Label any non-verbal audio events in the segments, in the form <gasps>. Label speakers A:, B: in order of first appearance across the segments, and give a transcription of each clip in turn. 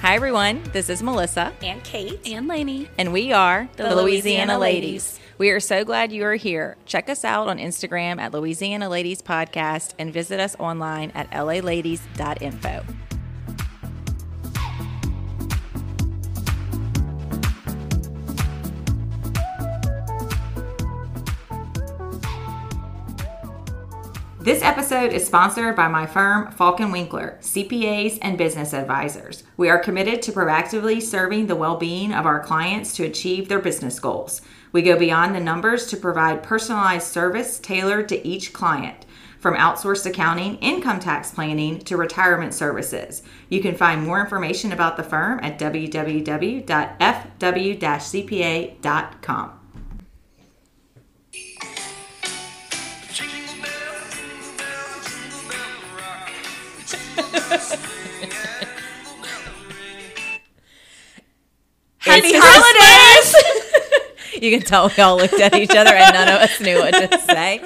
A: Hi, everyone. This is Melissa,
B: and Kate.
C: and Lainey.
A: and we are
B: The Louisiana Ladies.
A: We are so glad you are here. Check us out on Instagram at Louisiana Ladies Podcast and visit us online at laladies.info. This episode is sponsored by my firm, Falcon Winkler, CPAs and business advisors. We are committed to proactively serving the well being of our clients to achieve their business goals. We go beyond the numbers to provide personalized service tailored to each client. From outsourced accounting, income tax planning, to retirement services. You can find more information about the firm at www.fw-cpa.com.
D: Jingle bell, jingle bell, jingle bell rock.
A: Happy holidays! <laughs> you can tell we all looked at each other and none of us knew what to say.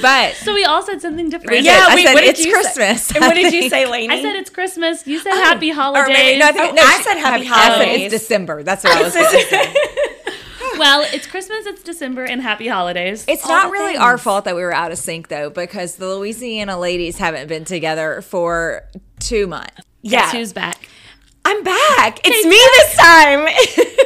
A: But
C: So we all said something different.
A: yeah,
B: did.
A: we,
B: we-
A: said
B: what did
A: it's
B: you say?"
A: Christmas.
B: And what
A: <laughs> I
B: did you
A: think.
B: say, Lainey?
C: I said it's Christmas. You said happy
A: Oh. Or
C: holidays.
A: maybe, no, I, think,
B: No,
A: no,
B: I
A: she-
B: said happy
A: I said
B: holidays.
A: it's December. That's what I,
B: <laughs>
A: was
B: said-
A: saying.
C: Oh, well, it's Christmas, it's December, and happy holidays.
A: It's
B: All
A: not
B: the
A: really our fault that we were out of sync though, because the Louisiana ladies haven't been together for two months.
B: yeah.
C: Guess who's back?
B: I'm back. It's me <laughs> this time.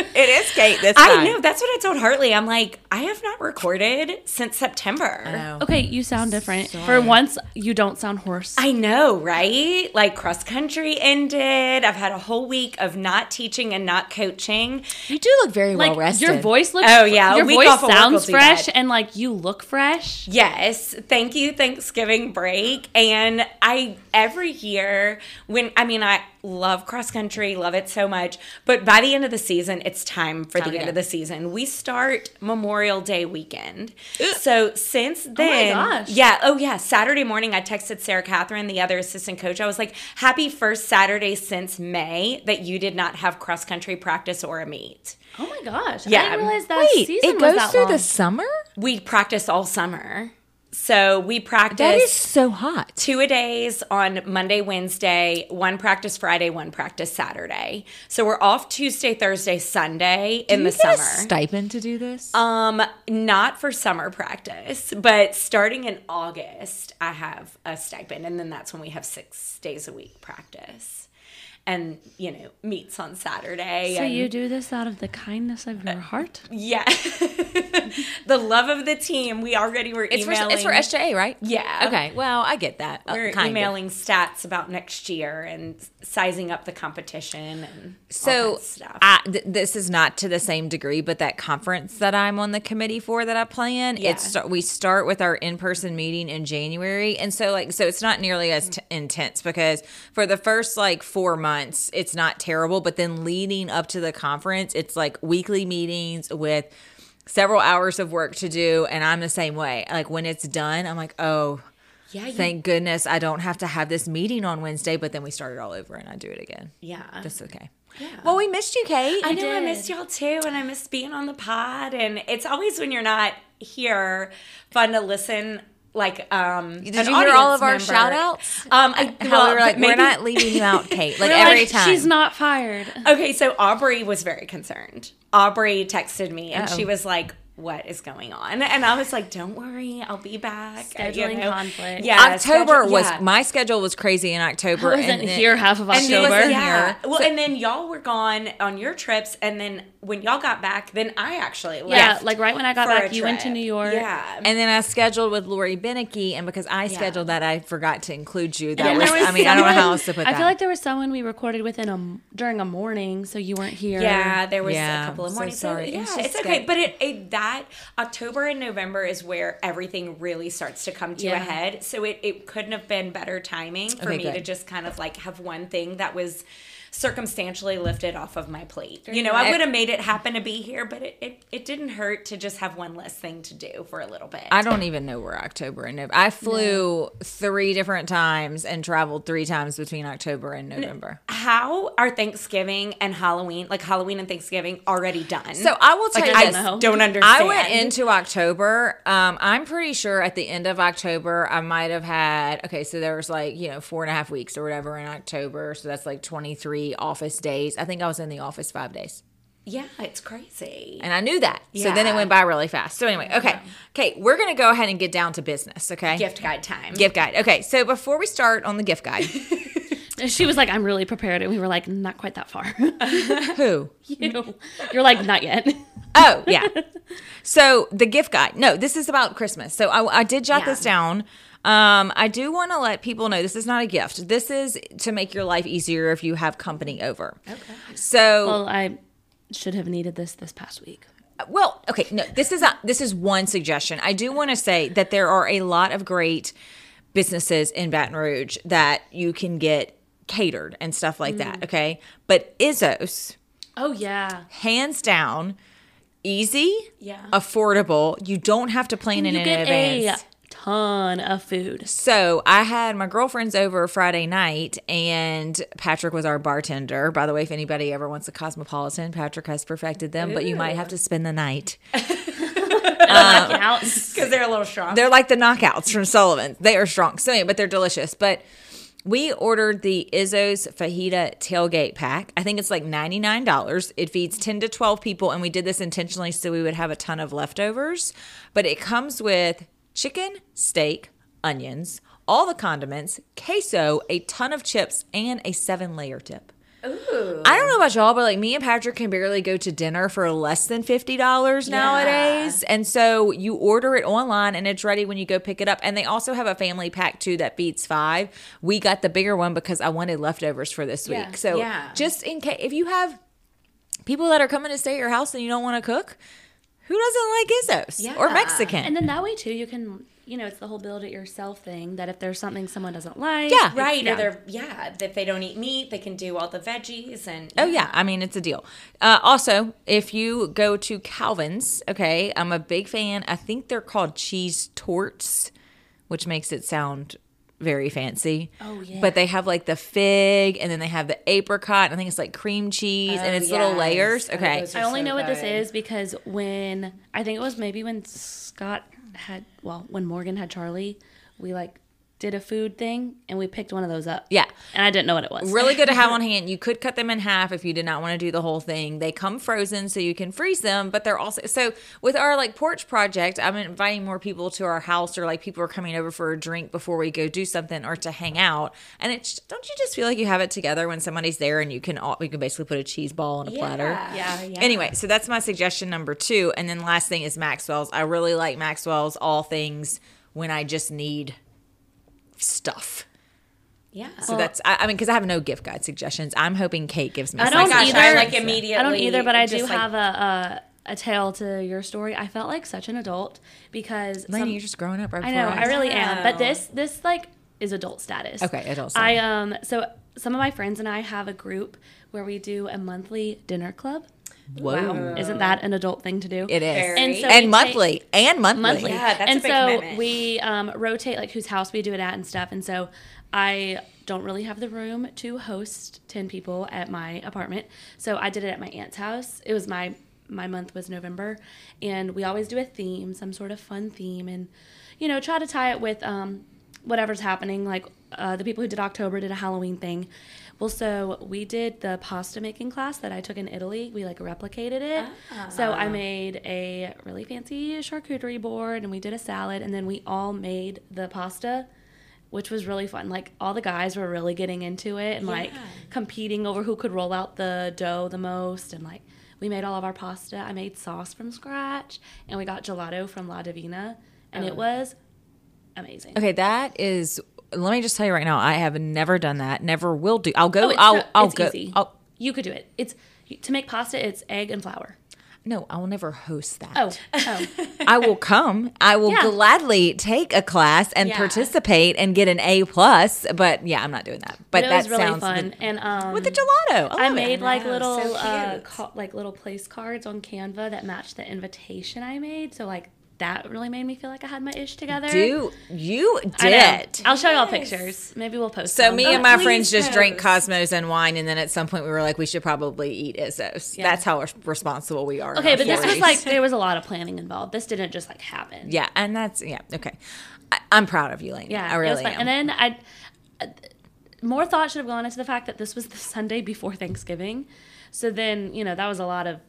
A: It is Kate this
B: I know. That's what I told Hartley. I'm like, I have not recorded since September. I know,
C: Okay, you sound different. For once, you don't sound hoarse.
B: right? Like cross country ended. I've had a whole week of not teaching and not coaching.
A: You do look very
C: like
A: well rested.
C: your voice looks.
B: Oh, yeah, a
C: your
B: week
C: voice
B: off of work will
C: sounds
B: do
C: fresh,
B: that.
C: and like you look fresh.
B: Yes, thank you Thanksgiving break. And I every year when I mean I love cross country, love it so much, but by the end of the season, it's time for the
A: to
B: end
A: go.
B: of the season. We start Memorial Day weekend. so since
A: Oh
B: then,
C: gosh.
B: yeah, oh yeah, Saturday morning I texted Sarah Catherine, the other assistant coach. I was like, "Happy first Saturday since May that you did not have cross country practice or a meet."
C: Oh my gosh! I
B: Yeah.
C: didn't realize that
A: Wait,
C: season
A: it
C: was
A: goes
C: that
A: through
C: long.
A: the summer.
B: We practiced all summer. So we practiced
A: That is so hot.
B: two a days on Monday, Wednesday, one practice Friday, one practice Saturday. So we're off Tuesday, Thursday, Sunday in the
A: You get a
B: summer.
A: stipend to do this.
B: um, not for summer practice, but starting in August, I have a stipend, and then that's when we have six days a week practice. And you know, meets on Saturday.
C: So
B: and-
C: you do this out of the kindness of your
A: Uh,
C: heart.
B: yeah, <laughs> the love of the team. We already were
A: it's for
B: emailing.
A: it's for SJA, right?
B: Yeah.
A: Okay. Well, I get that. Uh,
B: We're
A: kind of.
B: emailing stats about next year and sizing up the competition and all
A: So
B: that stuff.
A: I, th- this is not to the same degree, but that conference that I'm on the committee for that I plan,
B: Yeah.
A: it's we start with our in-person meeting in January, and so like so it's not nearly as t- intense because for the first like four months it's not terrible, but then leading up to the conference, it's like weekly meetings with several hours of work to do, and I'm the same way. Like when it's done, I'm like, oh.
B: yeah, you,
A: Thank goodness I don't have to have this meeting on Wednesday, but then we start it all over and I do it again.
B: yeah.
A: That's okay. Well, we missed you, Kate.
B: I know I
C: did.
B: missed y'all too, and I missed being on the pod. And it's always when you're not here, fun to listen. Like, um,
A: Did you hear all of our shout-outs?
B: Um, I,
A: How
B: well,
A: we were like,
B: maybe-
A: we're not leaving you out,
C: <laughs>
A: Kate. Like
C: You're
A: every
C: like,
A: time.
C: she's not fired.
B: Okay, so Aubrey was very concerned. Aubrey texted me, and
A: Uh-oh.
B: she was like. What is going on? And I was like, "Don't worry, I'll be back."
C: Scheduling conflict.
B: Yeah,
A: October
B: schedule-
A: was
B: yeah.
A: my schedule was crazy in October.
C: I wasn't
A: and then-
C: here half of
A: she wasn't
C: October.
A: here.
B: Yeah. Well, and then y'all were gone on your trips, and then when y'all got back, then I actually
C: Yeah,
B: left.
C: like right when I got
B: for a
C: back, you went to
B: trip.
C: New York.
B: Yeah.
A: And then I scheduled with Lori Binicky, and because I scheduled that, I forgot to include you. That
C: And
A: was,
C: there was
A: I mean,
C: <laughs>
A: I don't know how
C: someone-
A: else to put that.
C: I feel like there was someone we recorded within a m- during a morning, so you weren't here.
B: yeah, there was
A: Yeah,
B: a couple of
A: so
B: mornings. So
A: sorry. It
B: yeah,
A: was
B: it's
A: just
B: okay.
A: that-
B: But it, it that October and November is where everything really starts to come to a
C: Yeah.
B: head. So it, it couldn't have been better timing for
A: Okay,
B: me
A: good.
B: to just kind of like have one thing that was circumstantially lifted off of my plate. you know,
A: I-
B: I would have made it happen to be here, but it, it, it didn't hurt to just have one less thing to do for a little bit.
A: I don't even know where October and November. I flew three different times and traveled three times between October and November.
B: how are Thanksgiving and Halloween, like Halloween and Thanksgiving, already done?
A: So I will tell
C: Like,
A: you
C: I
A: this.
C: don't know.
B: don't understand.
A: I went into October. Um, I'm pretty sure at the end of October, I might have had, okay, so there was like, you know, four and a half weeks or whatever in October. So that's like 23 office days. I think I was in the office five days.
B: Yeah, it's crazy.
A: And I knew that. So then it
B: Yeah.
A: went by really fast. So anyway, okay. Okay, we're going to go ahead and get down to business, okay?
B: Gift guide
A: <laughs>
B: time.
A: Gift guide. Okay, so before we start on the gift guide,
B: <laughs>
C: She was like, I'm really prepared. And we were like, not quite that far. <laughs>
A: who?
C: you. You're like, not yet. <laughs>
A: Oh, yeah. so the gift guide. No, this is about Christmas. So I, I did jot this down. Um, I do want to let people know this is not a gift. This is to make your life easier if you have company over. Okay. So
C: well, I should have needed this this past week.
A: well okay no this is a, this is one suggestion i do want to say that there are a lot of great businesses in baton rouge that you can get catered and stuff like that okay but izos
C: Oh, yeah.
A: hands down easy
B: Yeah.
A: affordable you don't have to plan it
C: You
A: in
C: get a
A: advance
C: ton of food.
A: so I had my girlfriends over Friday night, and Patrick was our bartender. By the way, if anybody ever wants a cosmopolitan, Patrick has perfected them, but you might have to spend the night.
C: Out.
B: because they're a little strong.
A: They're like the knockouts from Sullivan. They are strong. So anyway, but they're delicious. But we ordered the Izzo's Fajita tailgate pack. I think it's like $99. It feeds 10 to 12 people. And we did this intentionally so we would have a ton of leftovers. But it comes with chicken, steak, onions, all the condiments, queso, a ton of chips, and a seven layer dip. I don't know about y'all, but like me and Patrick can barely go to dinner for less than fifty dollars nowadays. And so you order it online and it's ready when you go pick it up. And they also have a family pack too that beats five. We got the bigger one because I wanted leftovers for this week. So
B: Yeah.
A: just in case if you have people that are coming to stay at your house and you don't want to cook, who doesn't like Izzo's or
B: Yeah.
A: Mexican?
C: And then that way, too, you can, you know, it's the whole build it yourself thing that if there's something someone doesn't like.
A: Yeah.
B: right
C: Yeah.
B: or they're yeah if they don't eat meat they can do all the veggies and
A: Oh yeah, I mean it's a deal. Uh, also, if you go to Calvin's, okay, I'm a big fan. I think they're called cheese torts, which makes it sound very fancy. Oh
C: yeah.
A: But they have like the fig, and then they have the apricot. I think it's like cream cheese, and
B: Oh,
A: it's little
B: yes.
A: layers.
B: Oh,
A: Okay,
B: those are
C: I only
B: so
C: know what this
B: good.
C: is because when I think it was maybe when Scott had well when Morgan had Charlie, we like did a food thing and we picked one of those up.
A: Yeah.
C: and I didn't know what it was.
A: really good to
B: <laughs>
A: have on hand. You could cut them in half if you did not want to do the whole thing. They come frozen, so you can freeze them. But they're also so with our like porch project. I'm inviting more people to our house, or like people are coming over for a drink before we go do something or to hang out. And it's don't you just feel like you have it together when somebody's there, and you can all you can basically put a cheese ball on a platter.
B: yeah yeah
A: Anyway, so that's my suggestion number two. And then last thing is Maxwell's. I really like Maxwell's all things when I just need stuff.
B: yeah
A: So that's I, I mean because I have no gift guide suggestions. I'm hoping Kate gives me.
C: I
A: some
C: don't
B: gosh,
A: suggestions.
B: I
C: either.
B: like immediately
C: I don't either, but I do
B: just, like,
C: have a, a a tale to your story. I felt like such an adult because
A: Lena,
C: some-
A: you're just growing up right
C: I know,
A: before
C: I really am. But
B: Wow.
C: this this like is adult status.
A: Okay, adult
C: I um so some of my friends and I have a group where we do a monthly dinner club.
A: Whoa,
C: Isn't that an adult thing to do?
A: it is.
B: Very.
A: And,
C: And so we take-
A: monthly, and monthly,
C: monthly.
B: Yeah, that's a
C: and
B: big
C: so
B: commitment.
C: we um, rotate like whose house we do it at and stuff. And so I don't really have the room to host ten people at my apartment, so I did it at my aunt's house. It was my my month was November, and we always do a theme, some sort of fun theme, and you know try to tie it with um, whatever's happening. Like uh, the people who did October did a Halloween thing. Well, so we did the pasta making class that I took in Italy. We like replicated it. So I made a really fancy charcuterie board and we did a salad and then we all made the pasta, which was really fun. Like all the guys were really getting into it and like competing over who could roll out the dough the most and like we made all of our pasta. I made sauce from scratch and we got gelato from La Divina and it was amazing.
A: Okay, that is. Let me just tell you right now, I have never done that. Never will do. I'll go.
C: Oh, it's
A: I'll.
C: so-
A: I'll
C: it's
A: go.
C: easy.
A: I'll,
C: You could do it. It's to make pasta. It's egg and flour.
A: no, I will never host <laughs> that.
C: Oh, oh.
A: I
C: <laughs>
A: will come. I will
C: Yeah.
A: gladly take a class and
B: Yeah.
A: participate and get an A plus. But yeah, I'm not doing that. But,
C: but it
A: that
C: was really
A: sounds
C: fun. and um,
A: with the gelato.
C: I
A: love it.
C: made like
B: know,
C: little
B: so
C: uh,
B: cute.
C: ca- like little place cards on Canva that matched the invitation I made. So like that really made me feel like I had my ish together.
A: Do you
C: I know.
A: did?
C: I'll show y'all pictures. Maybe we'll post. Oh,
A: So
C: them.
A: me
C: But-
A: and my
B: please
A: friends just drank
B: post.
A: Cosmos and wine, and then at some point we were like, we should probably eat Isos. That's how res- responsible we are. in
C: Okay,
A: our
C: but this was
A: 40s.
C: like there was a lot of planning involved. This didn't just like happen.
A: yeah, and that's yeah, okay. I, I'm proud of you, Lane.
C: Yeah,
A: I
C: it was
A: really
C: fun.
A: am.
C: And then I, uh, more thought should have gone into the fact that this was the Sunday before Thanksgiving, so then you know that was a lot of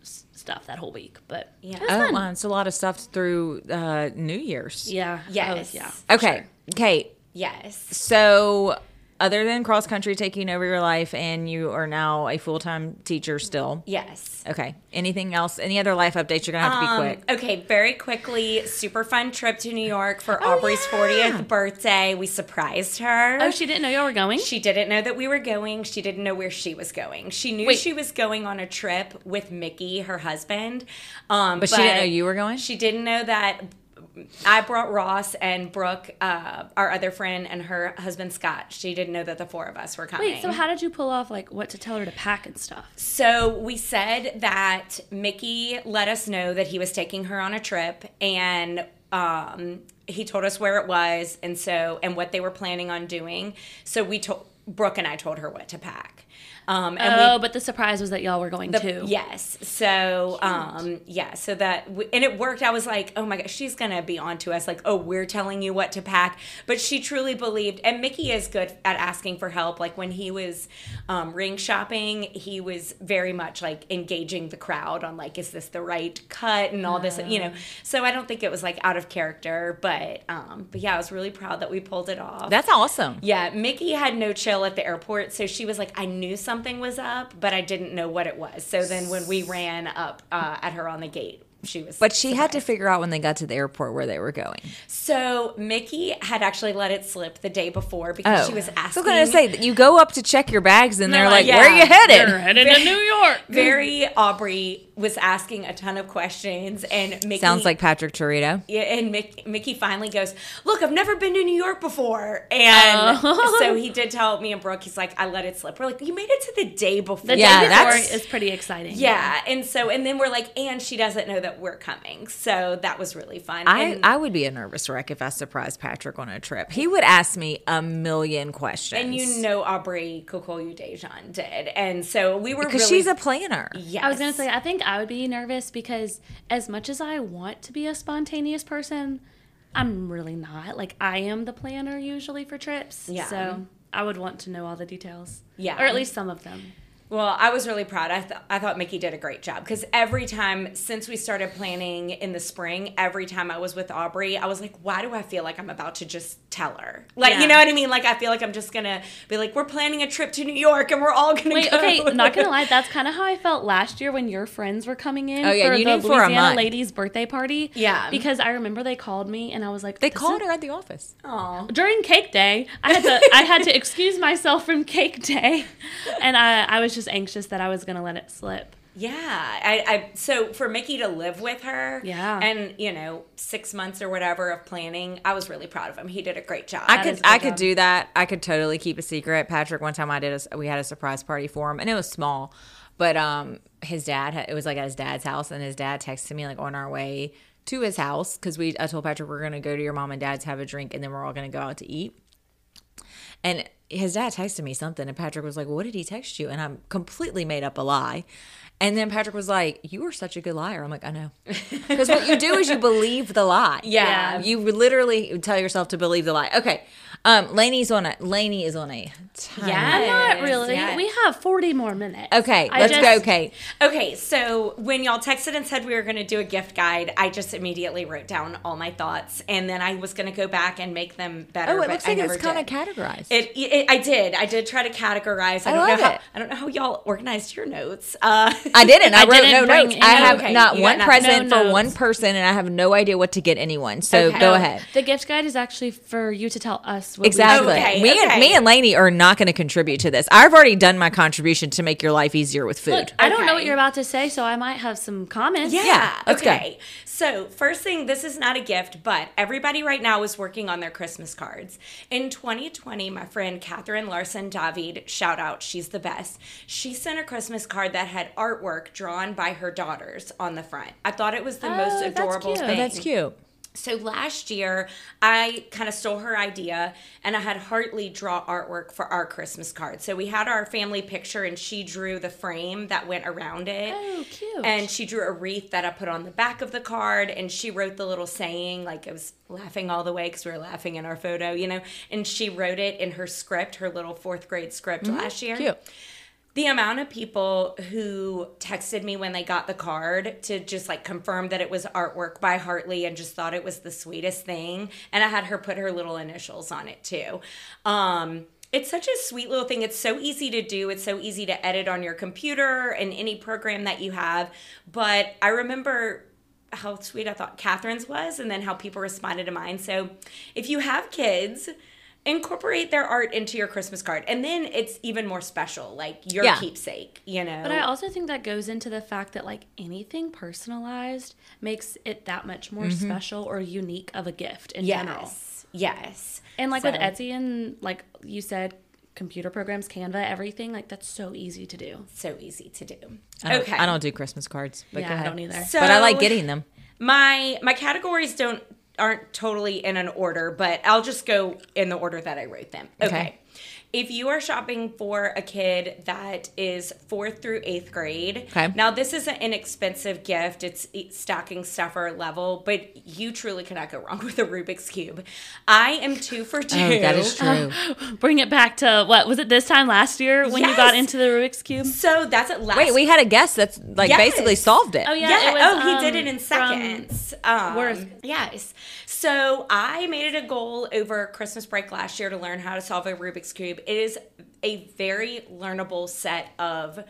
C: s- stuff that whole week. But yeah,
A: oh, wow, it's a lot of stuff through uh, New Year's.
C: yeah, I
B: Yes.
C: was- yeah.
A: Okay, Kate.
B: Yes.
A: So, other than cross country taking over your life, and you are now a full time teacher still.
B: Yes. Um,
A: Okay. Anything else? Any other life updates? You're gonna have to
C: Um,
A: be quick.
B: Okay, very quickly, super fun trip to New York for Aubrey's 40th birthday. We surprised her.
C: Oh, she didn't know y'all were going.
B: She didn't know that we were going. She didn't know where she was going. She knew
C: Wait.
B: she was going on a trip with Mickey, her husband. Um,
A: But she didn't know you were going?
B: She didn't know that. I brought Ross and Brooke, uh, our other friend, and her husband Scott. She didn't know that the four of us were coming.
C: Wait, so how did you pull off like what to tell her to pack and stuff?
B: So we said that Mickey let us know that he was taking her on a trip and um, he told us where it was and so and what they were planning on doing. So we told Brooke and I told her what to pack. Um, and we
C: Oh, but the surprise was that y'all were going too.
B: Yes. So, um, yeah. So that w- and it worked. I was like, oh my gosh, she's gonna be on to us. Like, oh, we're telling you what to pack. But she truly believed. And Mickey is good at asking for help. Like when he was um, ring shopping, he was very much like engaging the crowd on like, is this the right cut and all this, you know. So I don't think it was like out of character, but um, but yeah, I was really proud that we pulled it off.
A: That's awesome.
B: Yeah, Mickey had no chill at the airport, so she was like, "I knew something was up, but I didn't know what it was." So then, when we ran up uh, at her on the gate, she was.
A: But she had to figure out when they got to the airport where they were going.
B: so Mickey had actually let it slip the day before because she was asking.
A: So I'm Oh. gonna say that you go up to check your bags, and they're,
B: They're
A: like,
B: like,
A: "Where are you
B: yeah,
A: headed?"
C: headed <laughs> to New York.
A: mm.
B: very Aubrey was asking a ton of questions, and
A: <laughs>
B: Mickey
A: Sounds like Patrick Torito.
B: Yeah, and Mickey, Mickey finally goes, "Look, I've never been to New York before," and
A: Oh.
B: so he did tell me and Brooke. He's like, "I let it slip." We're like, "You made it to the day before."
C: The
A: Yeah,
C: day
A: that's-
C: before is pretty exciting.
B: Yeah, and so and then we're like, and she doesn't know that we're coming, so that was really fun.
A: I,
B: and,
A: I would be a nervous wreck if I surprised Patrick on a trip. He would ask me a million questions.
B: and you know Aubrey Kokoyu Dejan did, and so we were
A: because
B: really,
A: she's a planner.
B: yes.
C: I was gonna say I think I would be nervous because as much as I want to be a spontaneous person, I'm really not. Like I am the planner usually for trips.
B: Yeah.
C: So I would want to know all the details.
B: Yeah.
C: Or at least some of
A: <laughs>
C: them.
B: well, I was really proud. I th- I thought Mickey did a great job because every time since we started planning in the spring, every time I was with Aubrey, I was like, why do I feel like I'm about to just tell her? Like,
C: Yeah.
B: you know what I mean? Like, I feel like I'm just gonna be like, we're planning a trip to New York, and we're all gonna
C: Wait,
B: go.
C: okay, not
B: <laughs>
C: gonna lie, that's kind of how I felt last year when your friends were coming in
A: Oh, yeah,
C: for
A: you
C: the
A: knew for a
C: Louisiana
A: month.
C: ladies' birthday party.
B: Yeah.
C: Because I remember they called me and I was like,
A: They
C: "This
A: called
C: is-
A: her at the office.
B: Aw.
C: during cake day i had to
A: <laughs>
C: i had to excuse myself from cake day and i i was just anxious that i was gonna let it slip
B: Yeah, I, I so for Mickey to live with her,
C: Yeah.
B: and you know six months or whatever of planning, I was really proud of him. He did a great job.
A: I
C: is
A: could
C: a good
A: I could
C: job.
A: do that. I could totally keep a secret. Patrick, one time I did a s we had a surprise party for him, and it was small, but um, his dad had, it was like at his dad's house, and his dad texted me like on our way to his house because we I told Patrick we're gonna go to your mom and dad's have a drink, and then we're all gonna go out to eat, and. His dad texted me something, and Patrick was like, "What did he text you?" And I completely made up a lie. And then Patrick was like, "You are such a good liar." I'm like, "I know," because what you do is you believe the lie.
C: <laughs>
B: Yeah.
A: you literally tell yourself to believe the lie. Okay, um, Laney's on a Laney is on a. Time.
C: i'm not
B: Yes,
C: really
B: yes.
C: we have 40 more minutes
A: Okay,
C: I
A: let's go,
C: just-
A: Kate.
B: Okay, so when y'all texted and said we were going to do a gift guide, I just immediately wrote down all my thoughts, and then I was going to go back and make them better.
A: Oh, it
B: but
A: looks
B: I
A: like it's
B: never
A: kind of
B: did.
A: categorized.
B: It, it, I did. I did try to categorize. I, don't
A: love
B: know how,
A: it.
B: I don't know how y'all organized your notes. Uh, <laughs>
A: I didn't. I,
C: I
A: wrote
C: didn't
A: no
C: bring
A: notes.
C: any-
A: I have
B: Okay,
A: not
B: you got
A: one
B: nothing.
A: present
C: No
A: for one
C: notes. Oh.
A: person, and I have no idea what to get anyone. So go
C: No,
A: ahead.
C: the gift guide is actually for you to tell us what we
A: Exactly.
B: Okay,
A: me and
B: okay.
A: me and Lainey are not going to contribute to this. I've already done my contribution to make your life easier with food.
C: Look, I don't know what
B: Okay.
C: you're about to say, so I might have some comments.
B: Yeah.
A: let's go.
B: okay. So, first thing, this is not a gift, but everybody right now is working on their Christmas cards. In 2020, my my friend Catherine Larson David. Shout out, she's the best. She sent a Christmas card that had artwork drawn by her daughters on the front. I thought it was the most
C: Oh, that's
B: adorable
C: cute.
B: thing.
A: That's cute.
B: So last year, I kind of stole her idea and I had Hartley draw artwork for our Christmas card. So we had our family picture and she drew the frame that went around it.
C: Oh, cute.
B: And she drew a wreath that I put on the back of the card and she wrote the little saying, like I was laughing all the way because we were laughing in our photo, you know. And she wrote it in her script, her little fourth grade script
C: Mm-hmm.
B: last year
A: Cute.
B: the amount of people who texted me when they got the card to just like confirm that it was artwork by Hartley and just thought it was the sweetest thing. And I had her put her little initials on it too. Um, it's such a sweet little thing. It's so easy to do. It's so easy to edit on your computer and any program that you have. But I remember how sweet I thought Catherine's was and then how people responded to mine. So if you have kids, incorporate their art into your Christmas card. And then it's even more special, like your
A: Yeah.
B: keepsake, you know.
C: But I also think that goes into the fact that like anything personalized makes it that much more
A: Mm-hmm.
C: special or unique of a gift in general.
B: yes. Yes.
C: And like with
B: So-
C: Etsy and like you said, computer programs, Canva, everything like that's so easy to do.
B: So easy to do.
A: I don't,
B: okay.
A: I don't do Christmas cards, but go
C: yeah, I
A: ahead.
C: don't either.
B: So-
A: but I like getting them.
B: my my categories don't aren't totally in an order, but I'll just go in the order that I wrote them. Okay.
A: Okay.
B: If you are shopping for a kid that is fourth through eighth grade,
A: Okay.
B: now this is an inexpensive gift. It's it's stocking stuffer level, but you truly cannot go wrong <laughs> with a Rubik's cube. I am two for two.
A: Oh, that
B: <laughs>
A: is true.
C: Bring it back to what was it this time last year when you got
B: Yes!
C: into the Rubik's cube?
B: So that's it. Last
A: Wait, we had a guest that's like
B: Yes.
A: basically solved it.
C: Oh yeah,
B: Yeah.
C: it was,
B: oh, he
C: um,
B: did it in
C: from-
B: seconds. Um,
C: Worth.
B: Yes. So I made it a goal over Christmas break last year to learn how to solve a Rubik's cube. It is a very learnable set of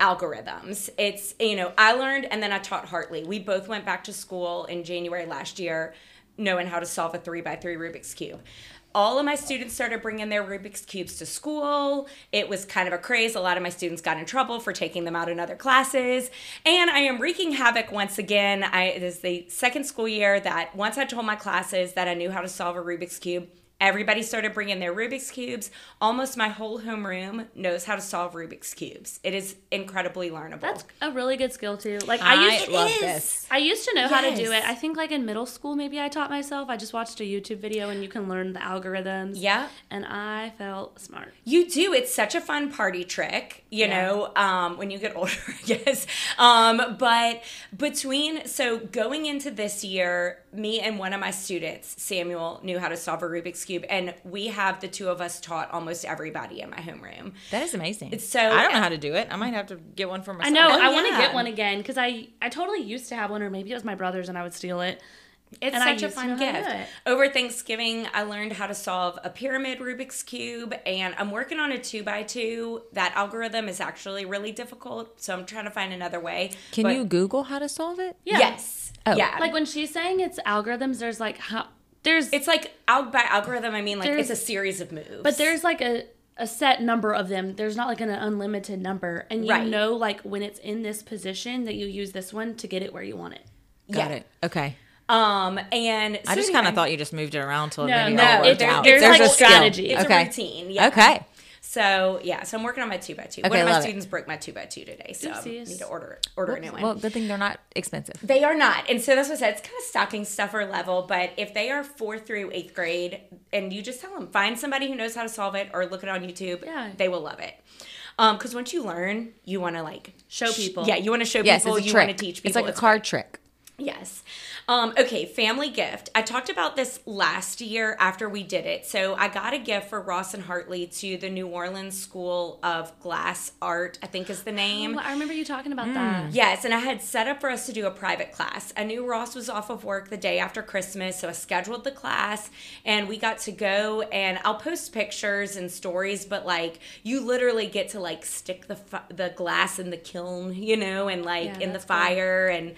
B: algorithms. It's you know I learned and then I taught Hartley. We both went back to school in January last year, knowing how to solve a three by three Rubik's cube. All of my students started bringing their Rubik's cubes to school. It was kind of a craze. A lot of my students got in trouble for taking them out in other classes. And I am wreaking havoc once again. I, it is the second school year that once I told my classes that I knew how to solve a Rubik's cube, everybody started bringing their Rubik's cubes. Almost my whole homeroom knows how to solve Rubik's cubes. It is incredibly learnable.
C: That's a really good skill too. Like I,
A: I,
C: used to,
A: love
B: is.
A: this.
C: I used to know how to do
B: Yes.
C: it. I think like in middle school maybe I taught myself. I just watched a YouTube video and you can learn the algorithms.
B: Yeah.
C: And I felt smart.
B: You do. It's such a fun party trick, you
C: Yeah.
B: know, um, when you get <laughs> older, I guess. Um, but between, so going into this year, me and one of my students, Samuel, knew how to solve a Rubik's Cube. And we have the two of us taught almost everybody in my homeroom.
A: That is amazing.
B: so-
A: I don't know how to do it. I might have to get one for myself.
C: I know.
B: Oh,
C: I want to
B: yeah.
C: get one again because I I totally used to have one, or maybe it was my brother's, and I would steal it.
B: It's
C: And I
B: such a
C: used to
B: fun
C: know how to
B: gift.
C: do it.
B: Over Thanksgiving, I learned how to solve a pyramid Rubik's Cube, and I'm working on a two by two. That algorithm is actually really difficult, so I'm trying to find another way.
A: Can
B: But-
A: you Google how to solve it?
C: Yeah.
B: Yes.
A: Oh.
B: Yeah.
C: Like when she's saying it's algorithms, there's like how there's
B: It's like out by algorithm. I mean, like
C: There's-
B: it's a series of moves.
C: but there's like a a set number of them. There's not like an unlimited number, and you
B: Right.
C: know like when it's in this position that you use this one to get it where you want it.
A: Got
B: Yeah.
A: it. Okay.
B: um and
A: I just kind of thought you just moved it around till it
C: No,
A: maybe
C: no,
A: all worked
B: there's-
A: out.
B: there's
C: like
A: a
C: a
A: skill.
C: strategy.
B: it's
A: okay.
B: a routine. Yeah.
A: Okay.
B: So yeah, so I'm working on my two by two.
A: Okay,
B: One of my
A: love it.
B: students broke my two by two today, so I
C: Oopsies.
B: need to order order a new one.
A: Well, good thing they're not expensive.
B: They are not. And so that's what I said. It's kind of stocking stuffer level, but if they are fourth through eighth grade and you just tell them, find somebody who knows how to solve it or look it on YouTube,
C: Yeah.
B: they will love it. Um, because once you learn, you want to like
C: Show
B: sh-
C: people.
B: Yeah, you want to show
A: Yes,
B: people.
A: it's a
B: you
A: trick.
B: want to teach people.
A: it's like a
B: It's
A: card trick.
B: Yes. Um, okay, family gift. I talked about this last year after we did it. So I got a gift for Ross and Hartley to the New Orleans School of Glass Art, I think is the name.
C: <gasps> Well, I remember you talking about that.
B: Yes, and I had set up for us to do a private class. I knew Ross was off of work the day after Christmas, so I scheduled the class and we got to go and I'll post pictures and stories, but like you literally get to like stick the fi- the glass in the kiln, you know, and like
C: Yeah,
B: in the
C: that's cool.
B: fire and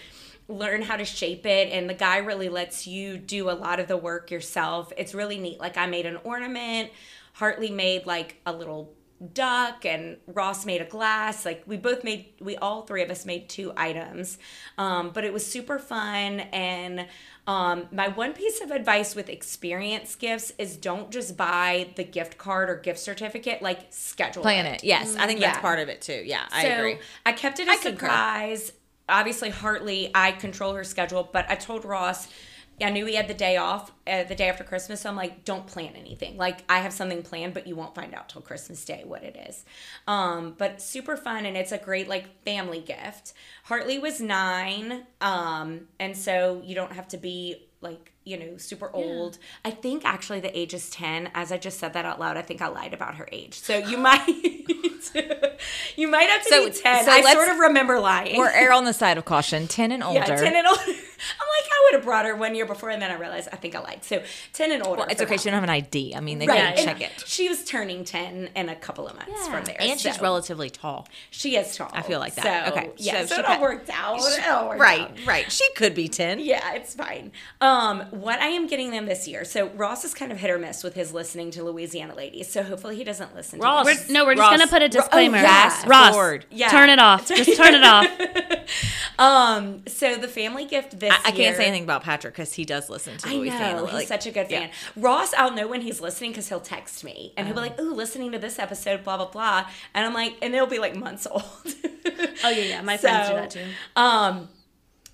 B: learn how to shape it and the guy really lets you do a lot of the work yourself. It's really neat. Like I made an ornament, Hartley made like a little duck and Ross made a glass. Like we both made, we all three of us made two items, um, but it was super fun. And um, my one piece of advice with experience gifts is don't just buy the gift card or gift certificate. Like schedule
A: Plan it. Yes, I think that's
B: Yeah.
A: part of it too. Yeah, I
B: so <laughs>
A: agree.
B: I kept it a surprise. Obviously, Hartley, I control her schedule, but I told Ross, I knew he had the day off, uh, the day after Christmas. So I'm like, don't plan anything. Like, I have something planned, but you won't find out till Christmas Day what it is. Um, but super fun, and it's a great like family gift. Hartley was nine, um, and so you don't have to be like you know super old. I think actually the age is ten. As I just said that out loud, I think I lied about her age. So you <laughs> might. You might have to
A: So-
B: be 10.
A: so
B: I
A: let's-
B: sort of remember lying.
A: Or err on the side of caution. Ten and older.
B: <laughs> yeah, 10 and older. <laughs> I'm like, I would have brought her one year before, and then I realized I think I lied. So 10 and older.
A: Well, it's
B: for
A: okay.
B: that
A: She don't have an ID. I mean, they
B: one.
A: can
B: Right.
A: can check
B: and
A: it.
B: She was turning 10 in a couple of months from there.
A: And she's
B: so-
A: relatively tall.
B: She is tall. I
A: feel like that.
B: So,
A: Okay,
B: Yeah,
A: so
B: so,
A: she
B: it
A: got-
B: all worked out. It all worked out.
A: right. She could be ten.
B: Yeah, it's fine. Um, what I am getting them this year. So Ross is kind of hit or miss with his listening to Louisiana ladies. So hopefully he doesn't listen to
A: Ross.
B: this.
C: We're, no, we're just
A: Ross.
C: gonna put a disclaimer.
B: yeah.
C: Ross,
A: Forward.
B: Yeah.
C: turn it off. Just turn it off.
B: Um, so the family gift this
A: I, I
B: year-
A: can't say anything about Patrick because he does listen to
B: I know
A: Louisiana.
B: he's
A: like-
B: such a good
A: yeah.
B: fan. Ross, I'll know when he's listening because he'll text me and he'll be like,
A: Uh-huh.
B: "Ooh, listening to this episode, blah blah blah," and I'm like, and they'll be like months old. <laughs>
C: Oh
A: Uh,
C: yeah, yeah. My friends do that
B: So,
C: too.
B: Um,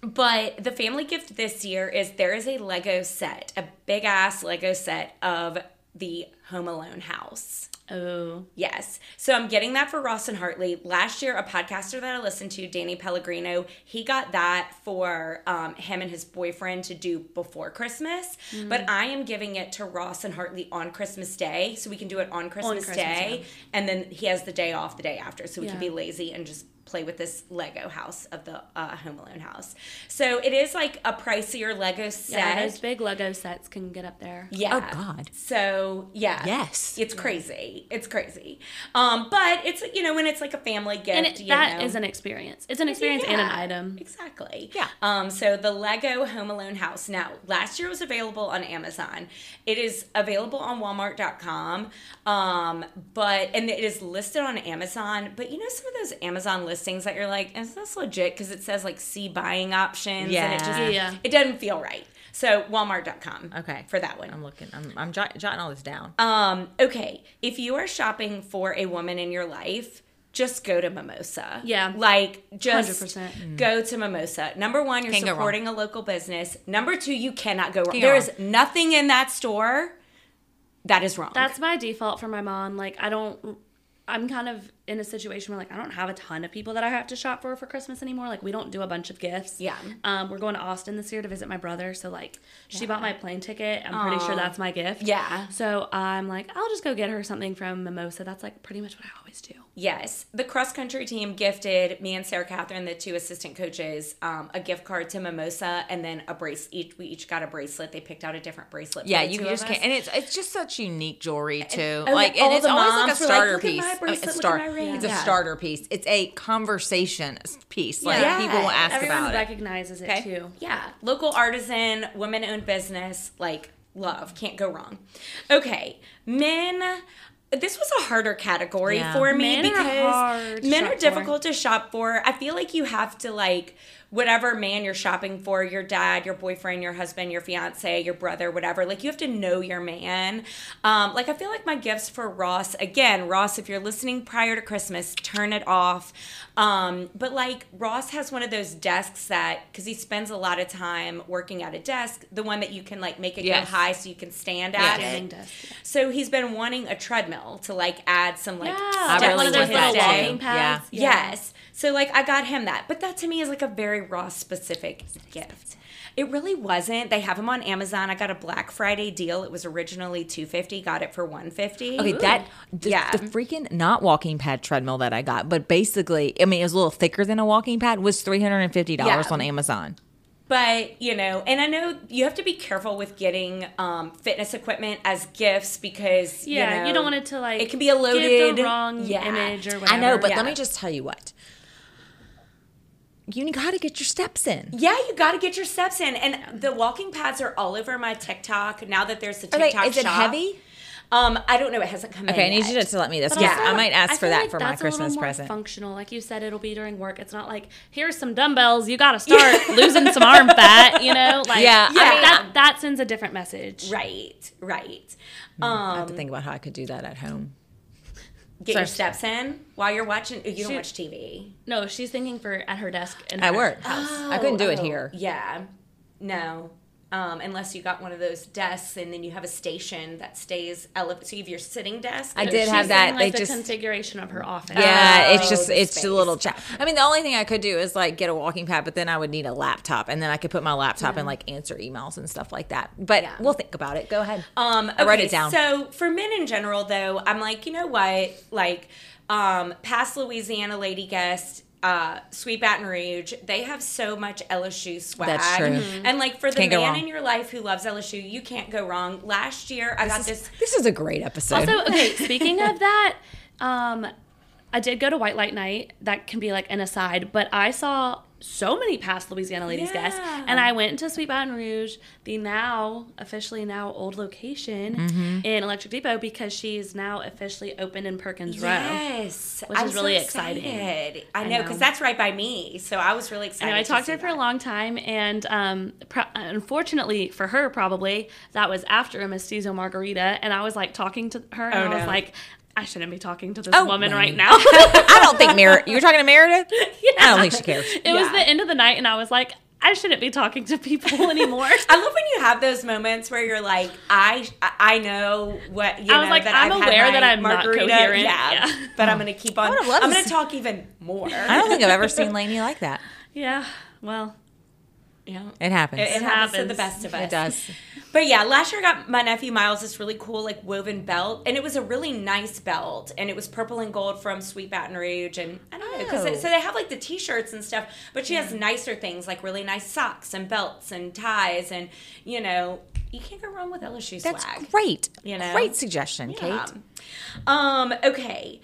B: but the family gift this year is there is a Lego set, a big ass Lego set of the Home Alone house.
C: Oh,
B: Yes. So I'm getting that for Ross and Hartley. Last year, a podcaster that I listened to, Danny Pellegrino, he got that for um, him and his boyfriend to do before Christmas. But I am giving it to Ross and Hartley on Christmas Day so we can do it on Christmas,
C: Christmas,
B: Day. And then he has the day off the day after so we can
C: Yeah.
B: be lazy and just play with this Lego house of the uh, Home Alone house. So it is like a pricier Lego set.
C: yeah. Those big Lego sets can get up there.
B: Yeah.
A: Oh, God.
B: So yeah.
A: Yes.
B: It's crazy. It's crazy. Um, but it's you know when it's like a family gift.
C: And it, that is
B: you know.
C: an experience. It's an experience and an
B: Yeah,
C: item.
B: Exactly.
A: Yeah.
B: Um, so the Lego Home Alone house. Now, last year was available on Amazon. It is available on Walmart.com. Um, but and it is listed on Amazon. But you know some of those Amazon listings that you're like, is this legit? Because it says like see buying options. And it
A: Yeah.
B: just
C: Yeah.
B: it doesn't feel right. So Walmart.com.
A: Okay.
B: For that one.
A: I'm looking. I'm, I'm jot, jotting all this down.
B: Um, okay, if you are shopping for a woman in your life, just go to Mimosa.
C: Yeah.
B: Like just
C: 100%.
B: go to Mimosa. Number 1, you're
A: Can't go wrong.
B: supporting a local business. Number 2, you cannot go wrong.
A: go
B: There is
A: wrong.
B: nothing in that store that is wrong.
C: That's my default for my mom. Like I don't. I'm kind of in a situation where like I don't have a ton of people that I have to shop for for Christmas anymore. Like we don't do a bunch of gifts.
B: Yeah.
C: Um, we're going to Austin this year to visit my brother, so like she bought my plane ticket. I'm pretty sure that's my gift.
B: Yeah.
C: So I'm like, I'll just go get her something from Mimosa. That's like pretty much what I always do.
B: Yes, the cross country team gifted me and Sarah Catherine, the two assistant coaches, um, a gift card to Mimosa, and then a brace. Each we each got a bracelet. They picked out a different bracelet. for
A: yeah,
B: the
A: you
B: two
A: just
B: of
A: can't.
B: us.
A: And it's it's just such unique jewelry too.
B: oh,
A: like,
B: yeah,
A: and
B: all
A: it's
B: the
A: always like a
B: moms were like,
A: starter
B: "Look at my
A: piece. I mean,
B: bracelet,
A: a
B: look at
A: star-
B: my ring.
A: It's a
B: Yeah.
A: starter piece. It's a conversation s- piece. Like
C: Yeah.
A: people will ask
B: Everyone
A: about it.
C: recognizes it too.
B: Yeah, local artisan, women owned business, like love, can't go wrong. Okay, men. This was a harder category
A: Yeah.
B: for me
C: Men are
B: because
C: hard to
B: men
C: shop
B: are
C: for.
B: difficult to shop for. I feel like you have to like whatever man you're shopping for, your dad, your boyfriend, your husband, your fiance, your brother, whatever. Like you have to know your man. Um, like I feel like my gifts for Ross again, Ross, if you're listening prior to Christmas, turn it off. Um, but like Ross has one of those desks that because he spends a lot of time working at a desk, the one that you can like make it
A: Yes.
B: go high so you can stand
A: Yes.
B: at it.
C: Dang dust.
B: So he's been wanting a treadmill to like add some like
C: Yeah.
A: I
B: steps
A: really
C: one of those
A: want that
C: little
A: too.
C: walking paths.
A: Yeah.
B: Yes. So like I got him that, but that to me is like a very raw specific gift. It really wasn't. They have them on Amazon. I got a Black Friday deal. It was originally two fifty. Got it for one fifty.
A: Okay, that the,
B: Yeah.
A: the freaking not walking pad treadmill that I got, but basically, I mean, it was a little thicker than a walking pad. Was three hundred and fifty dollars
B: Yeah.
A: on Amazon.
B: But you know, and I know you have to be careful with getting um, fitness equipment as gifts because
C: Yeah, you,
B: you, know,
C: don't want it to like
B: It can be a
C: give
B: loaded
C: the wrong
B: Yeah.
C: image or whatever.
A: I know, but
B: Yeah.
A: let me just tell you what. You got to get your steps in.
B: Yeah, you got to get your steps in, and the walking pads are all over my TikTok now that there's the
A: Are they,
B: TikTok.
A: is it
B: shop.
A: heavy?
B: Um, I don't know. It hasn't come in.
A: Okay, I need you
B: yet.
A: to, to let me this
C: But
A: because
B: also,
A: I might ask
C: I
A: for
C: feel
A: that
C: like
A: for my
C: that's a little
A: Christmas
C: more
A: present.
C: Functional, like you said, it'll be during work. It's not like here's some dumbbells. You got
A: <laughs>
C: to start losing some arm fat. You know, like
A: Yeah, I
B: Yeah. mean,
C: that that sends a different message.
B: Right, right. Um,
A: Hmm, I have to think about how I could do that at home.
B: get your steps in while you're watching. You don't watch TV.
C: No, she's thinking for at her desk and
A: At work. I couldn't do it
B: Oh,
A: here.
B: Yeah, no. Um, unless you got one of those desks and then you have a station that stays elevated. So you have your sitting desk.
A: I
B: and
A: did
C: She's
A: have that.
C: saying, Like
A: they
C: the
A: just
C: configuration of her office.
A: yeah, it's
B: Oh,
A: just
B: the
A: it's just a
B: space.
A: little chat. I mean, the only thing I could do is like get a walking pad, but then I would need a laptop, and then I could put my laptop and like answer emails and stuff like that. But
B: Yeah.
A: we'll think about it. Go ahead.
B: Um,
A: I wrote
B: okay,
A: it down.
B: So for men in general, though, I'm like, you know what? Like, um, past Louisiana lady guest, uh, Sweet Baton Rouge, they have so much LSU swag. Mm-hmm.
A: That's true.
B: And like for the
A: Can't go
B: man
A: wrong.
B: in your life who loves LSU, you can't go wrong. Last year, I got this.
A: this is a great episode.
C: Also, okay, speaking of that, um, I did go to White Light Night. That can be like an aside, but I saw so many past Louisiana ladies guests,
B: Yeah.
C: and I went to Sweet Baton Rouge, the now officially now old location in Electric Depot, because she is now officially open in Perkins Row.
B: Yes,
C: Which
B: I'm
C: is
B: so
C: really exciting.
B: excited. I know
C: know.
B: because that's right by me, so I was really
C: I
B: excited.
C: know, I talked to her
B: see
C: for a
B: that.
C: long time, and um, pro- unfortunately for her, probably that was after a mestizo margarita, and I was like talking to her, and
B: Oh,
C: I was
B: no.
C: like, I shouldn't be talking to this
A: Oh,
C: woman
A: no.
C: right
A: <laughs>
C: now. <laughs>
A: I don't think Meredith. You're talking to Meredith. I don't think she cares.
C: It was the end of the night, and I was like, I shouldn't be talking to <laughs> people anymore.
B: I love when you have those moments where you're like, I I know what you
C: I was
B: know,
C: like,
B: that
C: I'm
B: I've had
C: aware that
B: my
C: I'm not
B: margarita,
C: coherent.
B: Yeah,
C: Yeah.
B: but I'm gonna keep on.
A: would've loved
B: I'm
A: to
B: gonna
A: see-
B: talk even more.
A: I don't think I've ever seen Lainey like that.
C: yeah, well, yeah.
A: It happens.
B: it, it happens to the
C: happens.
B: best of us.
A: it does.
B: But yeah, last year I got my nephew Miles this really cool like woven belt, and it was a really nice belt, and it was purple and gold from Sweet Baton Rouge, and I don't know because
A: Oh.
B: so they have like the T-shirts and stuff, but she has nicer things like really nice socks and belts and ties, and you know you can't go wrong with LSU
A: That's
B: swag.
A: great.
B: You know?
A: Great suggestion, Kate.
B: Um, okay.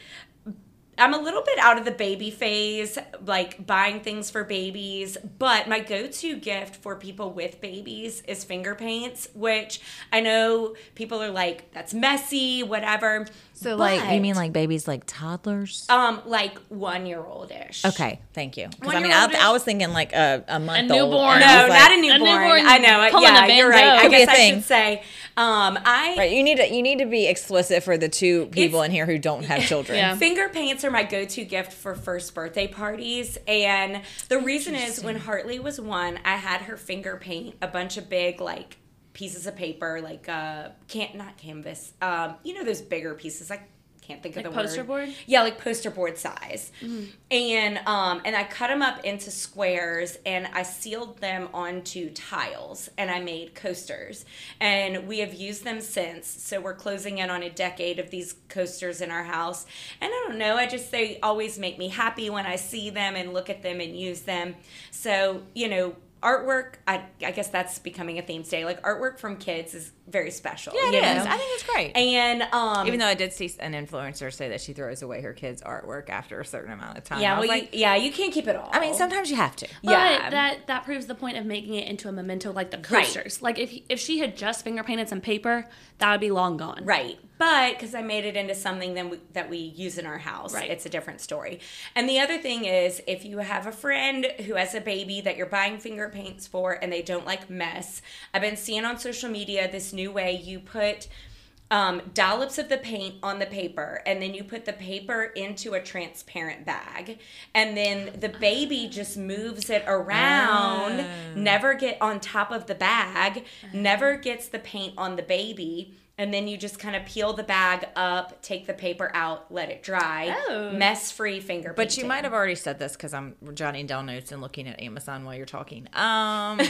B: I'm a little bit out of the baby phase, like buying things for babies, but my go to gift for people with babies is finger paints, which I know people are like, that's messy, whatever.
A: So, like, you mean
B: But,
A: like babies, like toddlers?
B: um, like one year old ish.
A: Okay, thank you. 'Cause, I mean, I,
B: One-year-old
A: I was thinking like a, a month old, and
C: newborn.
B: No,
A: I was
B: not
A: like-
B: a newborn.
C: newborn
B: I know.
C: pulling
B: yeah,
C: a
B: you're right. I
C: banjo.
A: Could be a
B: guess I
A: thing.
B: should say, um, I
A: Right, you need to you need to be explicit for the two people
B: It's-
A: in here who don't <laughs> have children.
C: Yeah.
B: Finger paints are my go to gift for first birthday parties. And the reason is when Hartley was one, I had her finger paint a bunch of big, like, pieces of paper, like, uh, can't, not canvas, um, you know, those bigger pieces. I can't think of
C: Like
B: the
C: poster
B: word.
C: board?
B: Yeah, like poster board size.
A: Mm-hmm.
B: And, um, and I cut them up into squares and I sealed them onto tiles and I made coasters. And we have used them since. So we're closing in on a decade of these coasters in our house. And I don't know, I just, they always make me happy when I see them and look at them and use them. So, you know, artwork, I, I guess that's becoming a theme today. Like artwork from kids is very special.
A: Yeah, it
B: you
A: is.
B: know?
A: I think it's great.
B: And, um,
A: Even though I did see an influencer say that she throws away her kids' artwork after a certain amount of time. I
B: yeah,
A: was
B: well,
A: like, "Oh."
B: you, yeah, you can't keep it all.
A: I mean, sometimes you have to. <laughs>
B: Yeah.
C: But that that proves the point of making it into a memento, like the coasters. Like if if she had just finger painted some paper, that would be long gone.
B: Right. But because I made it into something then we, that we use in our house,
C: Right.
B: it's a different story. And the other thing is, if you have a friend who has a baby that you're buying finger paints for and they don't like mess, I've been seeing on social media this new way you put um, dollops of the paint on the paper, and then you put the paper into a transparent bag, and then the baby just moves it around,
A: Oh.
B: never get on top of the bag, never
A: Uh-huh.
B: gets the paint on the baby, and then you just kind of peel the bag up, take the paper out, let it dry,
C: Oh.
B: mess free finger.
A: But you might have already said this because I'm jotting down notes and looking at Amazon while you're talking. <laughs> Um,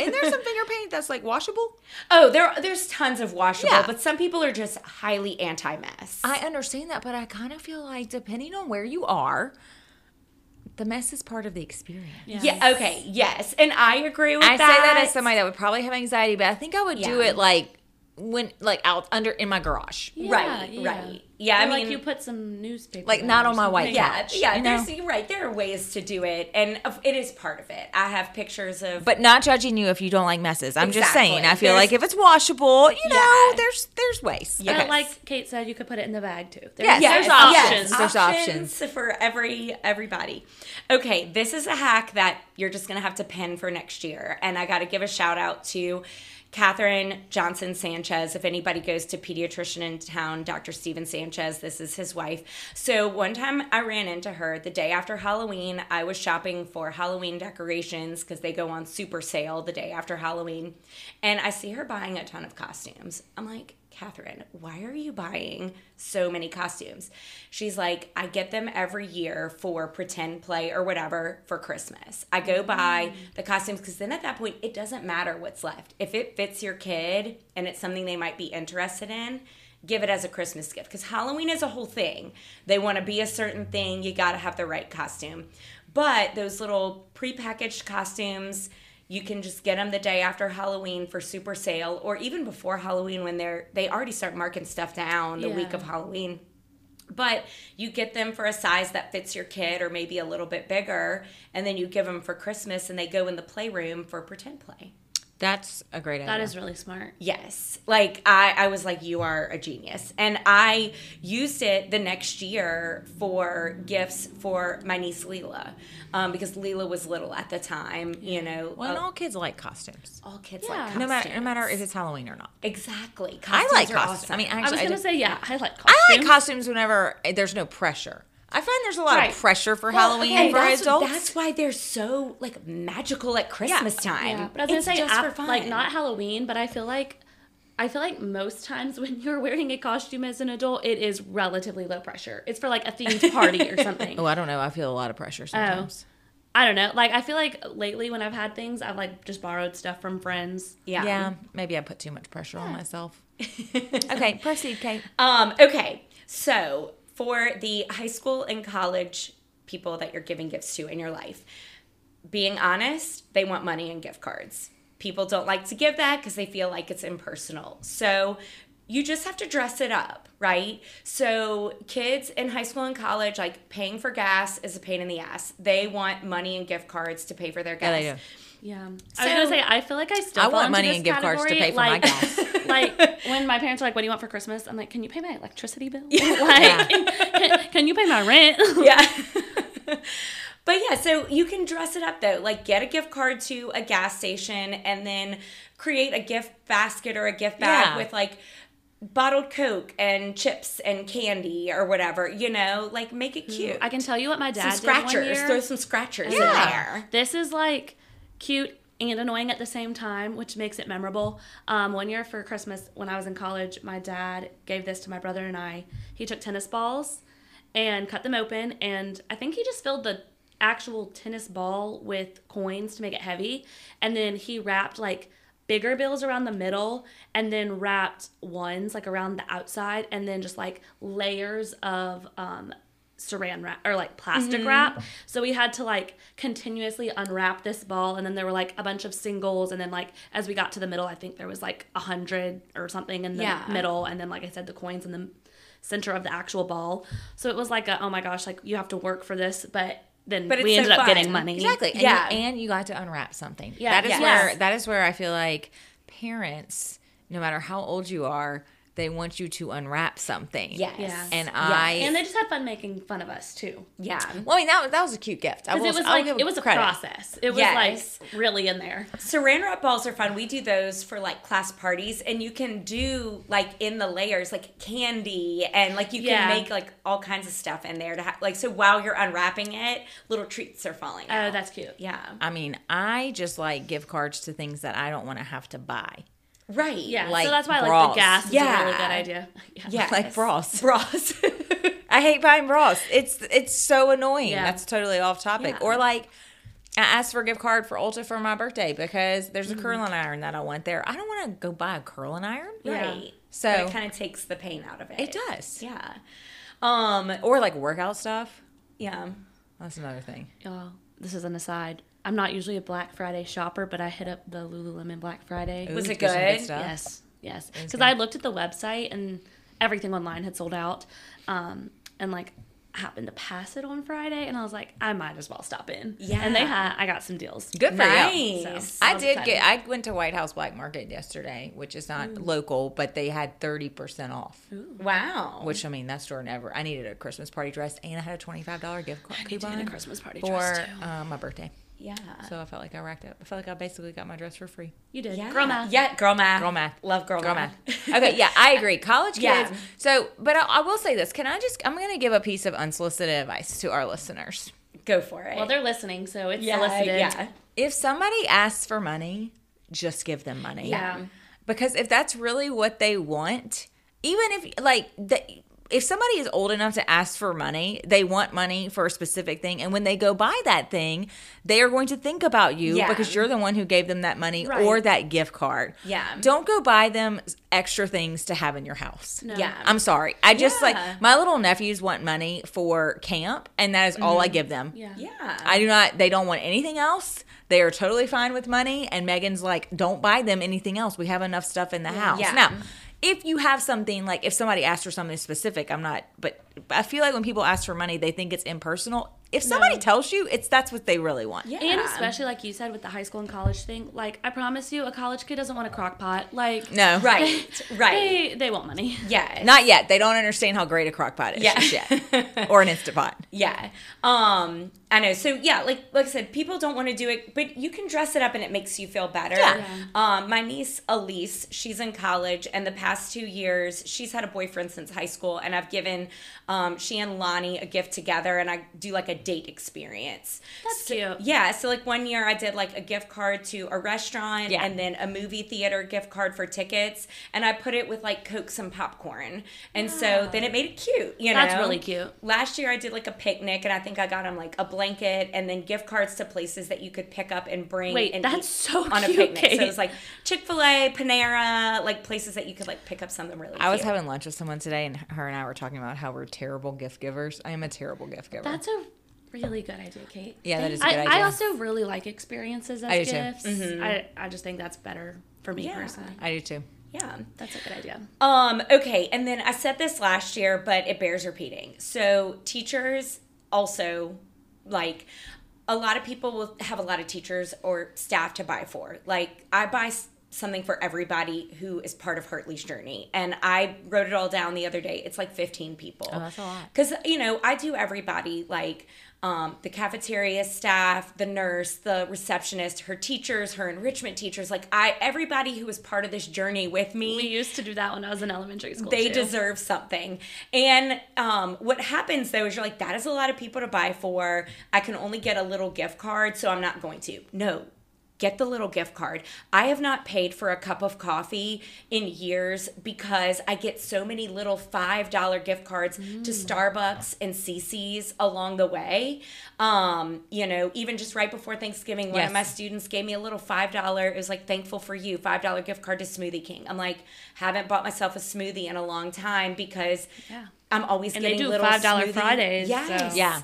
A: and there's some finger paint that's like washable.
B: oh, there there's tons of washable,
A: Yeah. Oh,
B: but some people are just highly anti mess.
A: I understand that, but I kind of feel like depending on where you are, the mess is part of the experience.
C: oh,
B: Yeah. Okay. Yes, and I agree with
A: I
B: that.
A: say that as somebody that would probably have anxiety, but I think I would do
B: Yeah.
A: it like when like out under in my garage.
C: Yeah,
B: right.
C: yeah.
B: Right. yeah, I
C: Or,
B: mean,
C: like you put some newspaper.
A: Like,
C: in
A: not
C: or
A: on my
C: something.
A: white
B: yeah,
A: couch,
B: yeah.
A: you know?
B: There's you're right. There are ways to do it, and of- it is part of it. I have pictures of
A: But not judging you if you don't like messes. I'm just
B: Exactly.
A: saying. I feel
B: There's-
A: like if it's washable, you know,
B: Yeah.
A: there's there's ways.
B: Yeah.
C: But
B: Okay.
C: like Kate said, you could put it in the bag too. There's,
A: Yes.
C: there's
A: Yes.
C: options.
A: There's
B: options for every everybody. Okay, this is a hack that you're just gonna have to pin for next year. And I got to give a shout out to Catherine Johnson Sanchez. If anybody goes to pediatrician in town, Dr. Steven Sanchez, this is his wife. So one time I ran into her the day after Halloween. I was shopping for Halloween decorations because they go on super sale the day after Halloween, and I see her buying a ton of costumes. I'm like. Catherine, why are you buying so many costumes? She's like, I get them every year for pretend play or whatever for Christmas. I go buy the costumes because then at that point, it doesn't matter what's left. If it fits your kid and it's something they might be interested in, give it as a Christmas gift because Halloween is a whole thing. They want to be a certain thing, you got to have the right costume. But those little prepackaged costumes, you can just get them the day after Halloween for super sale or even before Halloween when they're they already start marking stuff down the week
C: Yeah.
B: of Halloween. But you get them for a size that fits your kid or maybe a little bit bigger and then you give them for Christmas and they go in the playroom for pretend play.
A: That's a great idea.
C: That is really smart.
B: Yes. Like I, I was like, you are a genius. And I used it the next year for gifts for my niece Leela. Um, because Leela was little at the time, you know.
A: Well, and
B: uh,
A: all kids like costumes.
B: all kids
C: Yeah.
B: like
A: No matter no
B: costumes.
A: matter if it's Halloween or not.
B: Exactly.
A: I like
B: are
A: costumes. I
B: awesome.
A: mean, actually,
C: I was
A: do-
C: gonna say yeah, I like costumes.
A: I like costumes whenever eh, there's no pressure. I find there's a lot
C: Right.
A: of pressure for Halloween
B: and
A: for
B: Oh, that's,
A: adults.
B: That's why they're so like magical at Christmas time.
C: Yeah, but I was
B: it's
C: gonna say
B: just
C: ap-
B: for fun.
C: like not Halloween, but I feel like I feel like most times <laughs> when you're wearing a costume as an adult, it is relatively low pressure. It's for like a themed party or
B: <laughs>
C: something.
A: oh, I don't know. I feel a lot of
C: Oh.
A: pressure sometimes.
C: I don't know. Like I feel like lately when I've had things, I've like just borrowed stuff from friends.
B: yeah.
A: Yeah, maybe I put too much pressure on
C: <laughs>
A: myself. okay, proceed, Kate.
B: Um, okay. So for the high school and college people that you're giving gifts to in your life, being honest, they want money and gift cards. People don't like to give that because they feel like it's impersonal. So you just have to dress it up, right? So kids in high school and college, like paying for gas is a pain in the ass. They want money and gift cards to pay for their gas.
A: they do.
C: Yeah, I was gonna
B: So-
C: say I feel like I still.
A: I
C: fall
A: want
C: into
A: money
C: this
A: and gift cards to pay
C: category.
A: for my gas.
C: like, <laughs> Like when my parents are like, "What do you want for Christmas?" I'm like, "Can you pay my
A: <laughs>
C: electricity bill? <laughs> like, can, can you pay my rent?" <laughs>
B: yeah. <laughs> but yeah, so you can dress it up though. Like get a gift card to a gas station and then create a gift basket or a gift bag
A: Yeah.
B: with like bottled coke and chips and candy or whatever, you know? Like make it cute.
C: I can tell you what my dad
B: some
C: did one
B: scratchers.
C: year.
B: Throw some scratchers in
A: Yeah.
B: there.
C: This is like cute and annoying at the same time, which makes it memorable. Um, one year for Christmas, when I was in college, my dad gave this to my brother and I. He took tennis balls and cut them open, and I think he just filled the actual tennis ball with coins to make it heavy, and then he wrapped like bigger bills around the middle and then wrapped ones like around the outside and then just like layers of um saran wrap or like plastic wrap. So we had to like continuously unwrap this ball and then there were like a bunch of singles and then like as we got to the middle I think there was like a hundred or something in the
B: Yeah.
C: middle and then like I said the coins in the center of the actual ball. So it was like a oh my gosh like you have to work for this but then
B: But it's
C: we
B: so
C: ended up
B: fun.
C: getting money.
A: Exactly. And
B: Yeah.
A: You, and you got to unwrap something.
C: Yeah.
A: That is
C: Yes.
A: where that is where I feel like parents, no matter how old you are, they want you to unwrap something.
B: Yes.
C: Yeah.
A: And
B: Yeah.
A: I
C: And they just had fun making fun of us too.
B: yeah.
A: Well, I mean that was, that was a cute gift. I will,
C: Because it was
A: I'll
C: like
A: give
C: it was a
A: credit.
C: process. It was
B: Yes.
C: like really in there.
B: Saran wrap balls are fun. We do those for like class parties, and you can do like in the layers, like candy, and like you
C: Yeah.
B: can make like all kinds of stuff in there to have. Like so, while you're unwrapping it, little treats are falling.
C: Oh,
B: out.
C: that's cute.
B: yeah,
A: I mean, I just like gift cards to things that I don't want to have to buy.
B: right.
C: Yeah.
A: Like
C: so that's why I like
A: bras.
C: the gas is a really
B: Yeah.
C: good idea. <laughs>
B: yeah,
A: Like bras.
B: <laughs> bras.
A: I hate buying bras. It's it's so annoying.
C: Yeah.
A: That's totally off topic.
B: Yeah.
A: Or like I asked for a gift card for Ulta for my birthday because there's a curling iron that I want there. I don't want to go buy a curling iron.
B: right.
A: So-
B: But it kind of takes the pain out of it.
A: It does.
B: Yeah. Um.
A: Or like workout stuff.
B: Yeah.
A: That's another thing.
C: Y'all, this is an aside. I'm not usually a Black Friday shopper, but I hit up the Lululemon Black Friday.
B: Was it
A: there's some
B: good?
A: stuff.
C: Yes, yes. Because I looked at the website and everything online had sold out. Um, and like happened to pass it on Friday, and I was like, I might as well stop in.
B: Yeah.
C: and they had I got some deals.
A: Good for you.
B: nice.
C: So-
A: I
C: was
A: did
C: excited.
A: get. I went to White House Black Market yesterday, which is not local, but they had thirty percent off.
B: Wow.
A: Which I mean, that's store never. I needed a Christmas party dress, and I had a twenty five dollar gift card
C: I need to
A: coupon
C: get a Christmas party
A: for
C: dress too.
A: uh, my birthday.
B: yeah.
A: So I felt like I racked up. I felt like I basically got my dress for free.
C: You did,
B: yeah.
C: girl math.
B: Yeah, girl math.
A: Girl math.
B: Love girl,
A: Girl <laughs>
B: math.
A: math. Okay, yeah, I agree. College
B: Yeah.
A: kids. So, but I, I will say this. Can I just? I'm going to give a piece of unsolicited advice to our listeners.
B: <laughs> Go for it.
C: Well, they're listening, so it's
B: yeah,
C: solicited.
B: yeah.
A: If somebody asks for money, just give them money.
C: Yeah.
A: Because if that's really what they want, even if like the if somebody is old enough to ask for money, they want money for a specific thing. And when they go buy that thing, they are going to think about you
B: Yeah.
A: because you're the one who gave them that money
C: Right.
A: or that gift card.
B: Yeah.
A: Don't go buy them extra things to have in your house.
C: No.
B: Yeah.
A: I'm sorry. I just
B: Yeah.
A: like my little nephews want money for camp, and that is all I give them.
C: yeah,
B: yeah.
A: I do not. They don't want anything else. They are totally fine with money. And Megan's like, don't buy them anything else. We have enough stuff in the house.
B: Yeah.
A: Now, if you have something like if somebody asks for something specific, I'm not. But I feel like when people ask for money, they think it's impersonal. If somebody tells you, it's that's what they really want.
B: yeah.
C: And especially like you said with the high school and college thing, like I promise you, a college kid doesn't want a crock pot. Like
A: No,
B: <laughs>
A: <laughs>
B: Right. Right.
C: they they want money. <laughs>
B: yes.
A: Not yet. They don't understand how great a crock pot is
B: Yeah.
A: just
B: <laughs>
A: yet, or an Instapot.
B: Yeah. Um, I know. So yeah, like like I said, people don't want to do it, but you can dress it up and it makes you feel better.
A: Yeah.
B: Um, my niece Elise, she's in college, and the past two years she's had a boyfriend since high school, and I've given um, she and Lonnie a gift together, and I do like a date experience.
C: That's
B: So-
C: cute.
B: Yeah. So like one year I did like a gift card to a restaurant,
A: Yeah.
B: and then a movie theater gift card for tickets, and I put it with like cokes and popcorn, and so then it made it cute. You
C: That's
B: know?
C: really cute.
B: last year I did like a picnic and I think I got him like a blanket and then gift cards to places that you could pick up and bring.
C: Wait,
B: and
C: that's
B: eat
C: so <laughs>
B: on
C: cute,
B: a picnic. So
C: Kate.
B: it was like Chick Fil A, Panera, like places that you could like pick up something really.
A: I was
B: cute.
A: having lunch with someone today, and her and I were talking about how we're terrible gift givers. I am a terrible gift giver.
C: That's a really good idea, Kate.
A: yeah, that is a good
C: I,
A: idea.
C: I also really like experiences as
A: I do too.
C: gifts. I, I just think that's better for me
B: Yeah.
C: personally.
A: I do too.
B: yeah.
C: That's a good idea.
B: Um, okay, and then I said this last year, but it bears repeating. So teachers also like a lot of people will have a lot of teachers or staff to buy for. Like I buy s- something for everybody who is part of Hartley's journey, and I wrote it all down the other day. It's like fifteen people. Oh,
A: that's a lot.
B: because you know i do everybody like um, the cafeteria staff the nurse the receptionist her teachers her enrichment teachers like i everybody who was part of this journey with me
C: We used to do that when I was in elementary school.
B: they
C: too.
B: deserve something. And um, what happens though is you're like, that is a lot of people to buy for. I can only get a little gift card, so I'm not going to. No, get the little gift card. I have not paid for a cup of coffee in years because I get so many little $5 gift cards to Starbucks and CC's along the way. Um, you know, even just right before Thanksgiving, one
A: Yes.
B: of my students gave me a little five dollar. It was like thankful for you, five dollar gift card to Smoothie King. I'm like, haven't bought myself a smoothie in a long time because
C: Yeah.
B: I'm always
C: And they
B: getting
C: do
B: little
C: $5
B: smoothie-
C: Fridays,
B: Yes.
C: so-
A: Yeah.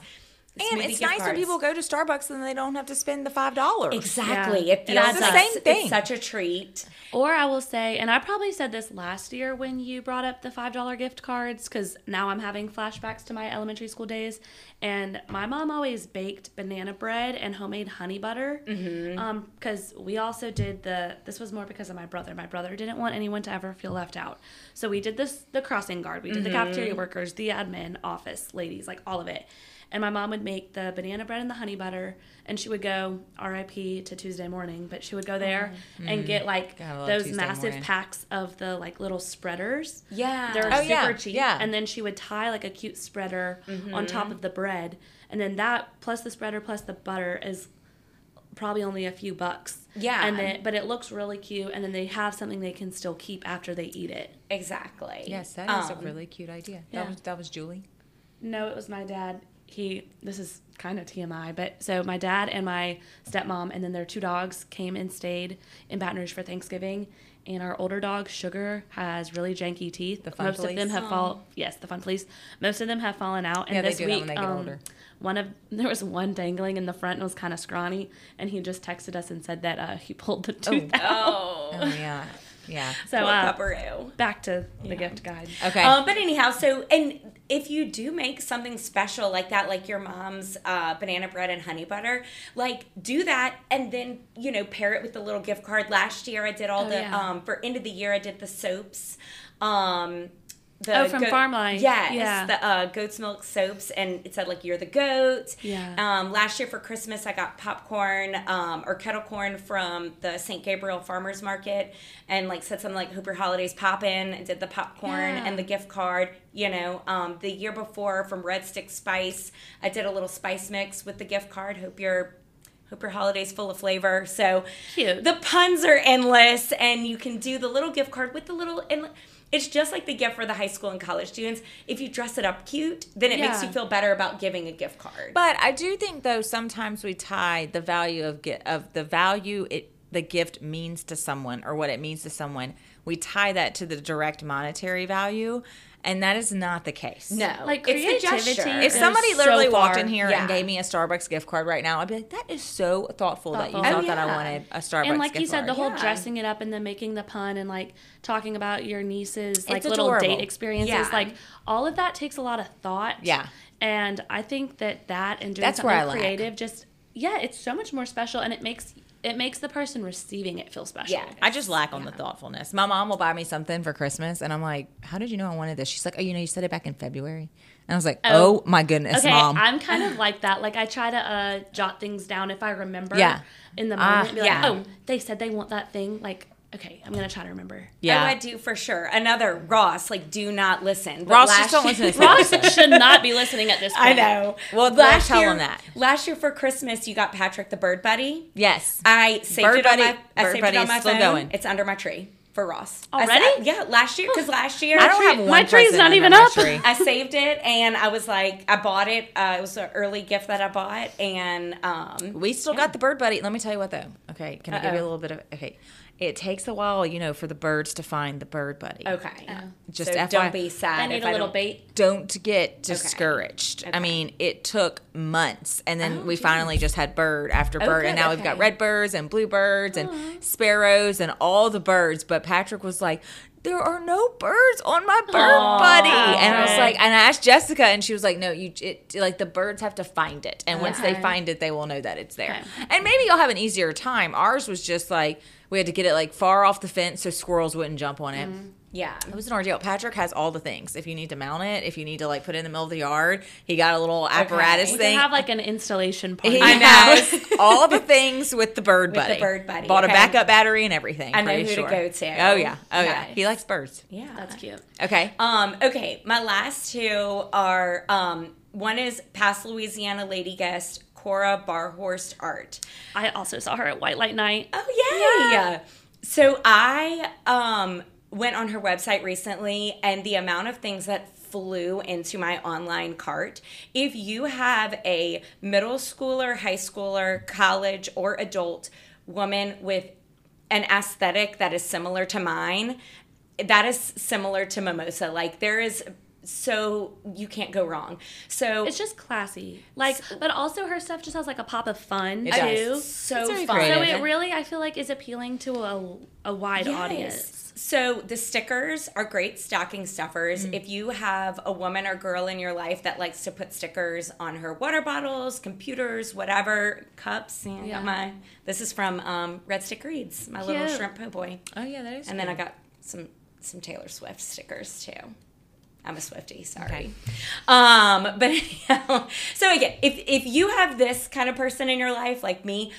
A: And
B: Smoothie
A: it's
B: gift
A: nice when
B: cards.
A: people go to Starbucks and they don't have to spend the five dollars.
B: Exactly.
C: Yeah.
B: It
C: It
B: feels
C: adds
B: like
C: up.
A: Same thing.
B: It's such a treat.
C: Or I will say, and I probably said this last year when you brought up the $5 gift cards, because now I'm having flashbacks to my elementary school days. And my mom always baked banana bread and homemade honey butter.
A: Mm-hmm.
C: Because Um, we also did the, this was more because of my brother. My brother didn't want anyone to ever feel left out. So we did this, the crossing guard, we did
A: Mm-hmm.
C: the cafeteria workers, the admin, office ladies, like all of it. And my mom would make the banana bread and the honey butter, and she would go RIP to Tuesday morning, but she would go there and get like
A: Mm-hmm. Gotta love
C: those
A: Tuesday
C: massive
A: morning.
C: packs of the like little spreaders.
B: Yeah.
C: They're
A: Oh,
C: super
A: yeah,
C: cheap.
A: yeah. Mm-hmm.
C: And then she would tie like a cute spreader on top of the bread. And then that plus the spreader plus the butter is probably only a few bucks.
B: Yeah.
C: And then but it looks really cute and then they have something they can still keep after they eat it.
B: Exactly.
A: Yes, that is
B: Um,
A: a really cute idea.
C: yeah.
A: That was that was Julie. <laughs>
C: No, it was my dad. He this is kind of TMI, but so my dad and my stepmom and then their two dogs came and stayed in Baton Rouge for Thanksgiving. And our older dog Sugar has really janky teeth. The
A: fun
C: Most of them
A: police.
C: have fall. Yes, the fun police. Most of them have fallen out. And
A: Yeah, they
C: this
A: do that
C: week,
A: when they get
C: um,
A: older.
C: one of <laughs> there was one dangling in the front and it was kind of scrawny. And he just texted us and said that uh, he pulled the tooth out.
B: Oh.
A: Oh yeah. <laughs> Yeah.
C: So
B: Poor
C: uh,
B: Pepper Ew.
C: back to the gift guide.
A: Okay.
B: Um, but anyhow, so and if you do make something special like that, like your mom's uh, banana bread and honey butter, like do that and then you know pair it with the little gift card. Last year I did all
C: Oh,
B: the
C: yeah.
B: um, for end of the year I did the soaps. Um, the
C: Oh, from Farm Life.
B: Yes,
C: Yeah.
B: the uh, goat's milk soaps, and it said like you're the goat.
C: Yeah.
B: Um, last year for Christmas, I got popcorn um, or kettle corn from the St. Gabriel Farmers Market, and like said something like "Hope your holidays poppin'," and did the popcorn
C: Yeah.
B: and the gift card. You know, um, the year before from Red Stick Spice, I did a little spice mix with the gift card. Hope your Hope your holiday's full of flavor. So
C: Cute.
B: The puns are endless, and you can do the little gift card with the little and it's just like the gift for the high school and college students. If you dress it up cute, then it makes
C: Yeah.
B: you feel better about giving a gift card.
A: But I do think though sometimes we tie the value of gi- of the value it the gift means to someone or what it means to someone. We tie that to the direct monetary value, and that is not the case.
B: no,
C: Like,
B: it's the
C: creativity
B: gesture.
A: If
C: It
A: somebody
C: is so
A: literally walked
C: far.
A: in here
B: Yeah.
A: and gave me a Starbucks gift card right now, I'd be like, "That is so thoughtful, that you
C: Thoughtful.
A: thought
B: Oh,
A: that I
B: yeah.
A: wanted a Starbucks."
C: and like
A: gift
C: you said, the
A: card.
C: whole
B: Yeah.
C: dressing it up and then making the pun and like talking about your niece's like little
A: adorable.
C: date experiences,
B: Yeah.
C: like all of that takes a lot of thought.
A: Yeah.
C: and I think that that and doing
A: That's where
C: something
A: I lack.
C: creative just yeah, it's so much more special, and it makes it makes the person receiving it feel special.
B: Yeah.
A: I just lack on the thoughtfulness. My mom will buy me something for Christmas, and I'm like, "How did you know I wanted this?" She's like, "Oh, you know, you said it back in February," and I was like, "Oh,
C: Oh.
A: my goodness,
C: Okay,
A: mom."
C: I'm kind of like that. Like I try to uh, jot things down if I remember.
A: Yeah.
C: In the
A: Ah,
C: moment, be like,
B: yeah.
C: oh, they said they want that thing. Like, okay, I'm gonna try to remember.
A: yeah,
B: Oh, I do for sure. Another Ross, like do not listen. But
A: Ross
B: last
A: just don't
B: year-
A: listen to this
C: Ross should not be
A: <laughs>
C: listening at this point.
B: I know.
A: Well,
B: last
A: tell
B: year,
A: him that.
B: Last year for Christmas, you got Patrick the Bird Buddy.
A: Yes.
B: I saved
A: Bird
B: it on
A: Buddy-
B: my. I
A: Bird
B: saved
A: Buddy
B: it on
A: is
B: my
A: still
B: phone.
A: going.
B: It's under my tree for Ross. I,
C: Already?
B: sa- yeah, last year because last year
A: I don't have one
C: my tree's
A: present
C: not
A: under
C: even
A: my
C: up.
A: tree.
B: <laughs> I saved it and I was like, I bought it. Uh, it was an early gift that I bought, and um,
A: We
C: <laughs>
A: still got the bird buddy. Let me tell you what though. Okay, can I give you a little bit of okay? It takes a while, you know, for the birds to find the bird buddy.
B: okay,
A: Just
B: so
A: FYI.
B: don't be sad.
C: I need
B: if
C: a little
B: don't-
C: bait.
A: Don't get discouraged. I mean, it took months, and then we finally just had bird after bird, and
B: Oh, good,
A: now we've got
B: okay.
A: red birds and bluebirds and sparrows and all the birds. But Patrick was like. There are no birds on my bird buddy, and I was like, and I asked Jessica, and she was like, "No, you it, like the birds have to find it, and once they
C: Okay.
A: find it, they will know that it's there." And maybe you'll have an easier time. Ours was just like we had to get it like far off the fence so squirrels wouldn't jump on
B: Mm-hmm.
A: it.
B: Yeah,
A: It was an ordeal. Patrick has all the things. If you need to mount it, if you need to like put it in the middle of the yard, he got a little apparatus
C: We could
A: thing.
C: have like an installation party.
A: he
B: I know.
A: has <laughs> all the things with the bird
B: With the
A: buddy.
B: bird buddy,
A: Bought
B: okay.
A: a backup battery and everything.
B: I know
A: pretty
B: who to
A: sure.
B: go to.
A: Oh yeah. Oh yeah.
B: Nice.
A: He likes birds.
B: yeah,
C: That's cute.
A: Okay.
B: Um, okay, my last two are um, one is past Louisiana lady guest Cora Barhorst Art.
C: I also saw her at White Light Night.
B: Oh yay! So I um went on her website recently and the amount of things that flew into my online cart. If you have a middle schooler, high schooler, college or adult woman with an aesthetic that is similar to mine, that is similar to Mimosa. Like there is so you can't go wrong. So
C: It's just classy. Like, but also her stuff just has like a pop of fun
A: It
C: too.
A: does.
B: so
A: It's very
B: fun.
A: creative.
C: So it really, I feel like, is appealing to a, a wide
B: Yes.
C: audience.
B: So the stickers are great stocking stuffers.
C: Mm.
B: If you have a woman or girl in your life that likes to put stickers on her water bottles, computers, whatever, cups, and
C: Yeah.
B: my this is from um, Red Stick Reads, my little
C: Cute.
B: shrimp po' boy.
A: oh yeah, that is.
B: And then I got some some Taylor Swift stickers too. I'm a Swifty, sorry. Um, but <laughs> anyhow, so again, if if you have this kind of person in your life, like me,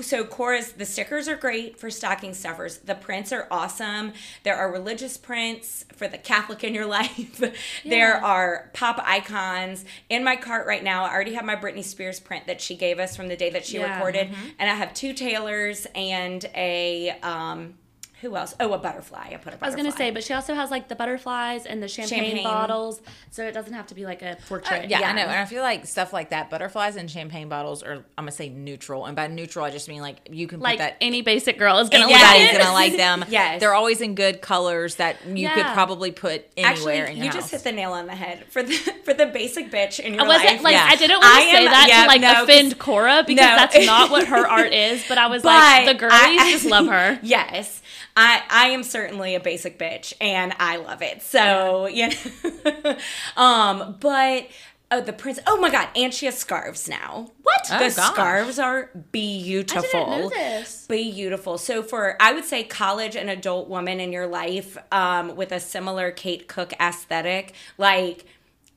B: so Cora's the stickers are great for stocking stuffers. The prints are awesome. There are religious prints for the Catholic in your <laughs> life. there are pop icons in my cart right now. I already have my Britney Spears print that she gave us from the day that she
C: Yeah.
B: recorded, and I have two Taylors and a um, who else? Oh, a butterfly. I put a butterfly.
C: I was gonna say, but she also has like the butterflies and the champagne,
B: Champagne.
C: bottles, so it doesn't have to be like a portrait.
A: Yeah,
B: Yeah.
A: I know. And I feel like stuff like that, butterflies and champagne bottles are, I'm going to say neutral. And by neutral, I just mean like you can
C: like
A: put that
C: any basic girl is gonna
B: Yeah.
C: like
A: anybody's
C: it.
A: going to like them.
B: <laughs> Yes.
A: They're always in good colors that you could
C: Yeah.
A: probably put anywhere
B: Actually,
A: in your
B: you
A: house.
B: just hit the nail on the head for the <laughs> for the basic bitch in your
C: I wasn't
B: life.
C: like
A: yeah.
C: I didn't want
B: I
C: to say
B: am-
C: that
B: yeah,
C: to like
B: no, 'cause-
C: offend Cora because
B: no.
C: that's not what her art is. But I was
B: But
C: like, the girlies
B: I-
C: just love her.
B: <laughs> Yes, I I am certainly a basic bitch, and I love it. So you know, <laughs> um, but. Oh, the prince! Oh my God! And she has scarves now. What?
A: Oh,
B: the
A: gosh.
B: scarves are beautiful.
C: know this.
B: Beautiful. So for I would say college and adult woman in your life, um, with a similar Kate Cook aesthetic, like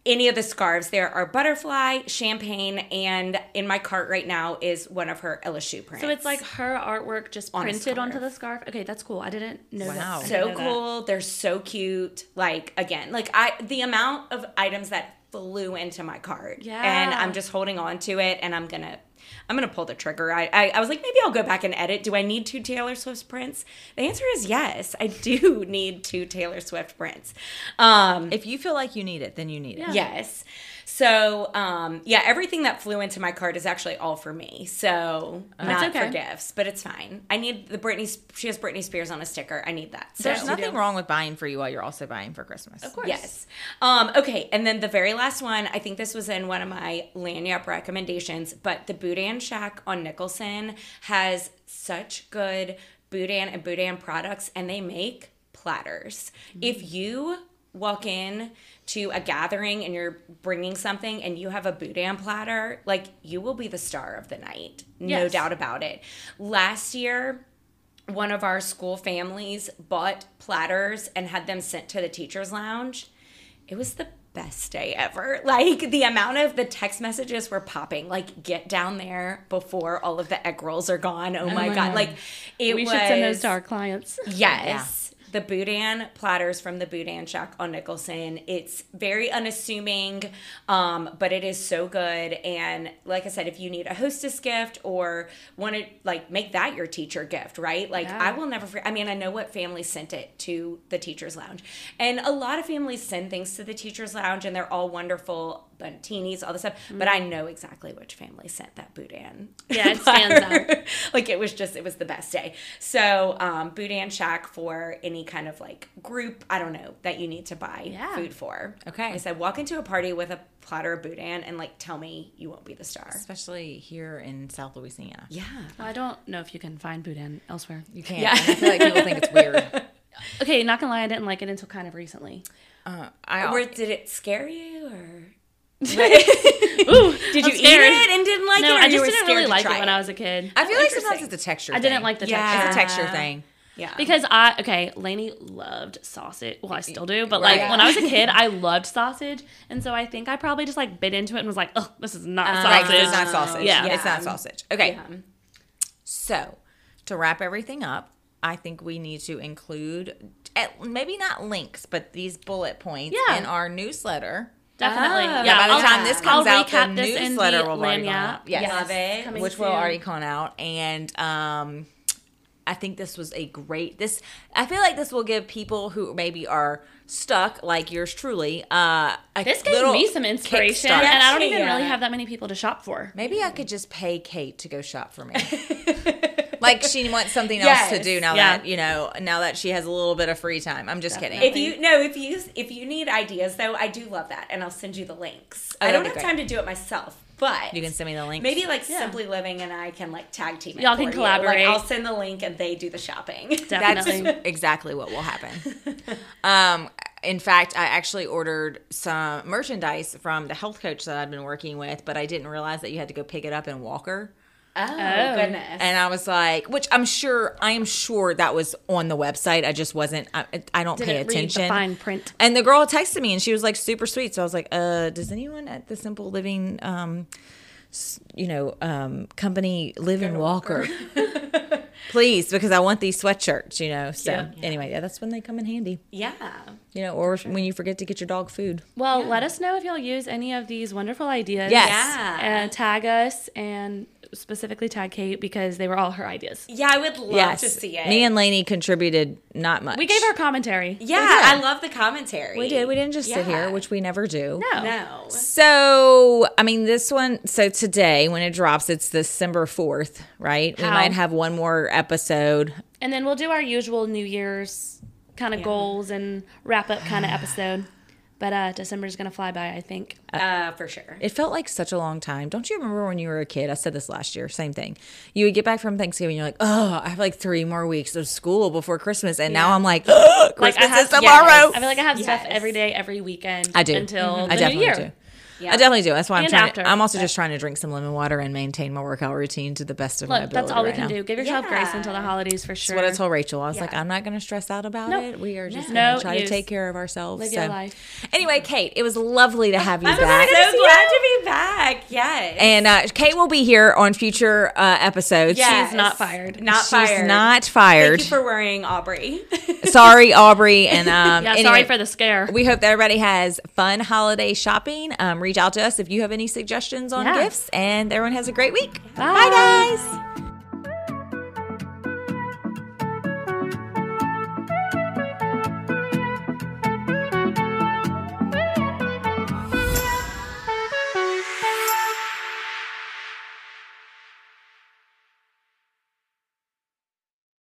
B: any of the scarves, there are butterfly, champagne, and in my cart right now is one of her LSU prints.
C: So it's like her artwork just
B: On a
C: printed onto
B: scarf.
C: the scarf. Okay, that's cool. I didn't know
A: Wow.
C: that. Oh, I didn't
B: so
C: know that.
B: cool. They're so cute. Like again, like I the amount of items that flew into my cart.
C: Yeah.
B: And I'm just holding on to it and I'm gonna I'm gonna pull the trigger. I, I I was like, maybe I'll go back and edit. Do I need two Taylor Swift prints? The answer is yes. I do <laughs> need two Taylor Swift prints. Um
A: If you feel like you need it, then you need it.
B: yes. So um yeah, everything that flew into my cart is actually all for me. So not
C: Oh, okay.
B: for gifts, but it's fine. I need the Britney she has Britney Spears on a sticker. I need that. So
A: There's nothing wrong with buying for you while you're also buying for Christmas. Of course.
B: Yes. Um, okay, and then the very last one, I think this was in one of my Lanyap recommendations, but the Boudin Shack on Nicholson has such good Boudin and Boudin products, and they make platters.
A: Mm-hmm.
B: If you walk in to a gathering and you're bringing something and you have a Boudin platter, like you will be the star of the night. No
C: Yes.
B: doubt about it. Last year, one of our school families bought platters and had them sent to the teacher's lounge. It was the best day ever. <laughs> Like the amount of the text messages were popping, like get down there before all of the egg rolls are gone. Oh my god. Like it
C: We
B: was
C: should send those to our clients.
B: Yes. The Boudin platters from the Boudin Shack on Nicholson. It's very unassuming, um, but it is so good. And like I said, if you need a hostess gift or want to like make that your teacher gift, right? Like
C: Yeah.
B: I will never forget. I mean, I know what families sent it to the teacher's lounge, and a lot of families send things to the teacher's lounge, and they're all wonderful buntinis, all this stuff. But I know exactly which family sent that Boudin.
C: Mm. Yeah, it
B: <laughs>
C: stands
B: platter. like it was just it was the best day. So um Boudin Shack for any kind of like group, I don't know, that you need to buy
C: Yeah.
B: food for.
A: Okay.
B: I said walk into a party with a platter of Boudin and like tell me you won't be the star.
A: Especially here in South Louisiana.
B: Yeah.
C: Well, I don't know if you can find Boudin elsewhere.
A: You can't.
B: Yeah.
A: and I feel like people think it's weird.
C: Okay, not gonna lie, I didn't like it until kind of recently.
A: <laughs> Uh, I,
B: Or did it scare you
C: <laughs>
B: or
C: Ooh,
B: <laughs> did you
C: I'm
B: eat
C: scared.
B: it and didn't like it?
C: No,
B: or
C: I
B: you
C: just
B: were
C: didn't
B: scared
C: really
B: to
C: like it
B: try
C: when I was a kid.
A: I feel like sometimes
B: Interesting.
A: it's a texture
C: I didn't like the
B: Yeah.
C: texture.
A: It's a texture
B: Yeah.
A: thing.
B: Yeah.
C: Because I okay, Lainey loved sausage. Well, I still do, but like
A: Right.
C: when I was a kid, I loved sausage, and so I think I probably just like bit into it and was like, "Oh, this is not
A: Right, 'cause
C: sausage."
A: it's not sausage.
C: Yeah.
A: It's
B: Yeah.
A: not sausage. Okay. So, to wrap everything up, I think we need to include at, maybe not links, but these bullet points
C: Yeah.
A: in our newsletter.
C: Definitely.
B: Oh.
C: yeah.
A: By the
C: I'll-
A: time this
C: I'll
A: comes out,
C: recap
A: the
C: this in
A: newsletter
C: the
A: will have already gone
C: Lanyap.
A: out. Yes.
B: Love it.
C: Coming
A: which will
C: soon.
A: already gone out and um I think this was a great this I feel like this will give people who maybe are stuck like yours truly uh a
C: This gave
A: little
C: me some inspiration,
A: kickstart.
C: and I don't even
B: Yeah.
C: really have that many people to shop for.
A: Maybe I could just pay Kate to go shop for me. <laughs>
C: <laughs>
B: <laughs>
A: like she wants something else to
B: Yes.
A: do now
C: Yeah.
A: that, you know, now that she has a little bit of free time. I'm just kidding.
B: If you no, if you if you need ideas though, I do love that, and I'll send you the links.
A: Oh,
B: I
A: that'd
B: don't
A: be
B: have
A: great.
B: time to do it myself, but
A: you can send me the link.
B: maybe like Simply Living and I can like tag team. it
C: Y'all can
B: for you. Like,
C: collaborate.
B: I'll send the link and they do the shopping. <laughs>
A: That's <laughs>
C: Definitely.
A: exactly what will happen. Um, in fact, I actually ordered some merchandise from the health coach that I've been working with, but I didn't realize that you had to go pick it up in Walker.
B: oh goodness.
A: And I was like, which I'm sure, I am sure that was on the website. I just wasn't, I, I don't pay
C: Didn't read
A: attention.
C: the fine print.
A: And the girl texted me and she was like super sweet. So I was like, uh, does anyone at the Simple Living, um, s- you know, um, company live in Walker? <laughs> Please, because I want these sweatshirts, you know. So anyway, yeah, that's when they come in handy,
B: yeah.
A: you know, or when you forget to get your dog food.
C: Well, let us know if y'all use any of these wonderful ideas.
A: Yes.
B: Yeah.
C: And tag us and specifically tag Kate because they were all her ideas.
B: Yeah, I would love
A: yes.
B: to see it.
A: Me and Laney contributed not much.
C: We gave our commentary.
B: yeah,
A: did.
B: I love the commentary.
A: We did. We didn't just sit
B: Yeah.
A: here, which we never do.
C: No.
B: No.
A: So, I mean, this one, so today when it drops, it's December 4th, right? We
C: How?
A: might have one more episode.
C: And then we'll do our usual New Year's kind of goals and wrap up kind of episode. But uh, December's going to fly by, I think.
B: Uh, for sure.
A: It felt like such a long time. Don't you remember when you were a kid? I said this last year, same thing. You would get back from Thanksgiving, you're like, oh, I have like three more weeks of school before Christmas. And now I'm like, oh,
C: <gasps> Like,
A: Christmas
C: I have-
A: is tomorrow.
C: I feel like I have stuff
B: Yes.
C: every day, every weekend.
A: I do.
C: Until
A: Mhm.
C: the
A: I definitely
C: new year.
A: do. I definitely do. That's why I'm
C: And
A: trying.
C: after,
A: to, I'm also
C: but-
A: just trying to drink some lemon water and maintain my workout routine to the best of my
C: Look,
A: ability.
C: that's all we
A: right
C: can
A: now.
C: do. Give yourself
B: Yeah.
C: grace until the holidays for sure.
A: That's what I told Rachel. I was like,
B: Yeah.
A: I'm not going to stress out about
C: No.
A: it. We are just
C: No.
A: going
C: No
A: to try
C: use.
A: to take care of ourselves.
C: Live your life.
A: Anyway, Kate, it was lovely to
C: <laughs>
A: have you
B: I'm so
A: back.
B: glad to be back. Yes.
A: And uh, Kate will be here on future uh, episodes.
B: Yes.
C: She's not fired.
B: Not
A: She's
B: fired.
A: not fired.
B: Thank you for worrying, Aubrey. <laughs>
A: <laughs> sorry, Aubrey. And um,
C: Yeah,
A: anyway,
C: sorry for the scare.
A: We hope that everybody has fun holiday shopping. Um, reach out to us if you have any suggestions on
C: Yeah.
A: gifts. And everyone has a great week.
C: Bye.
A: Bye guys.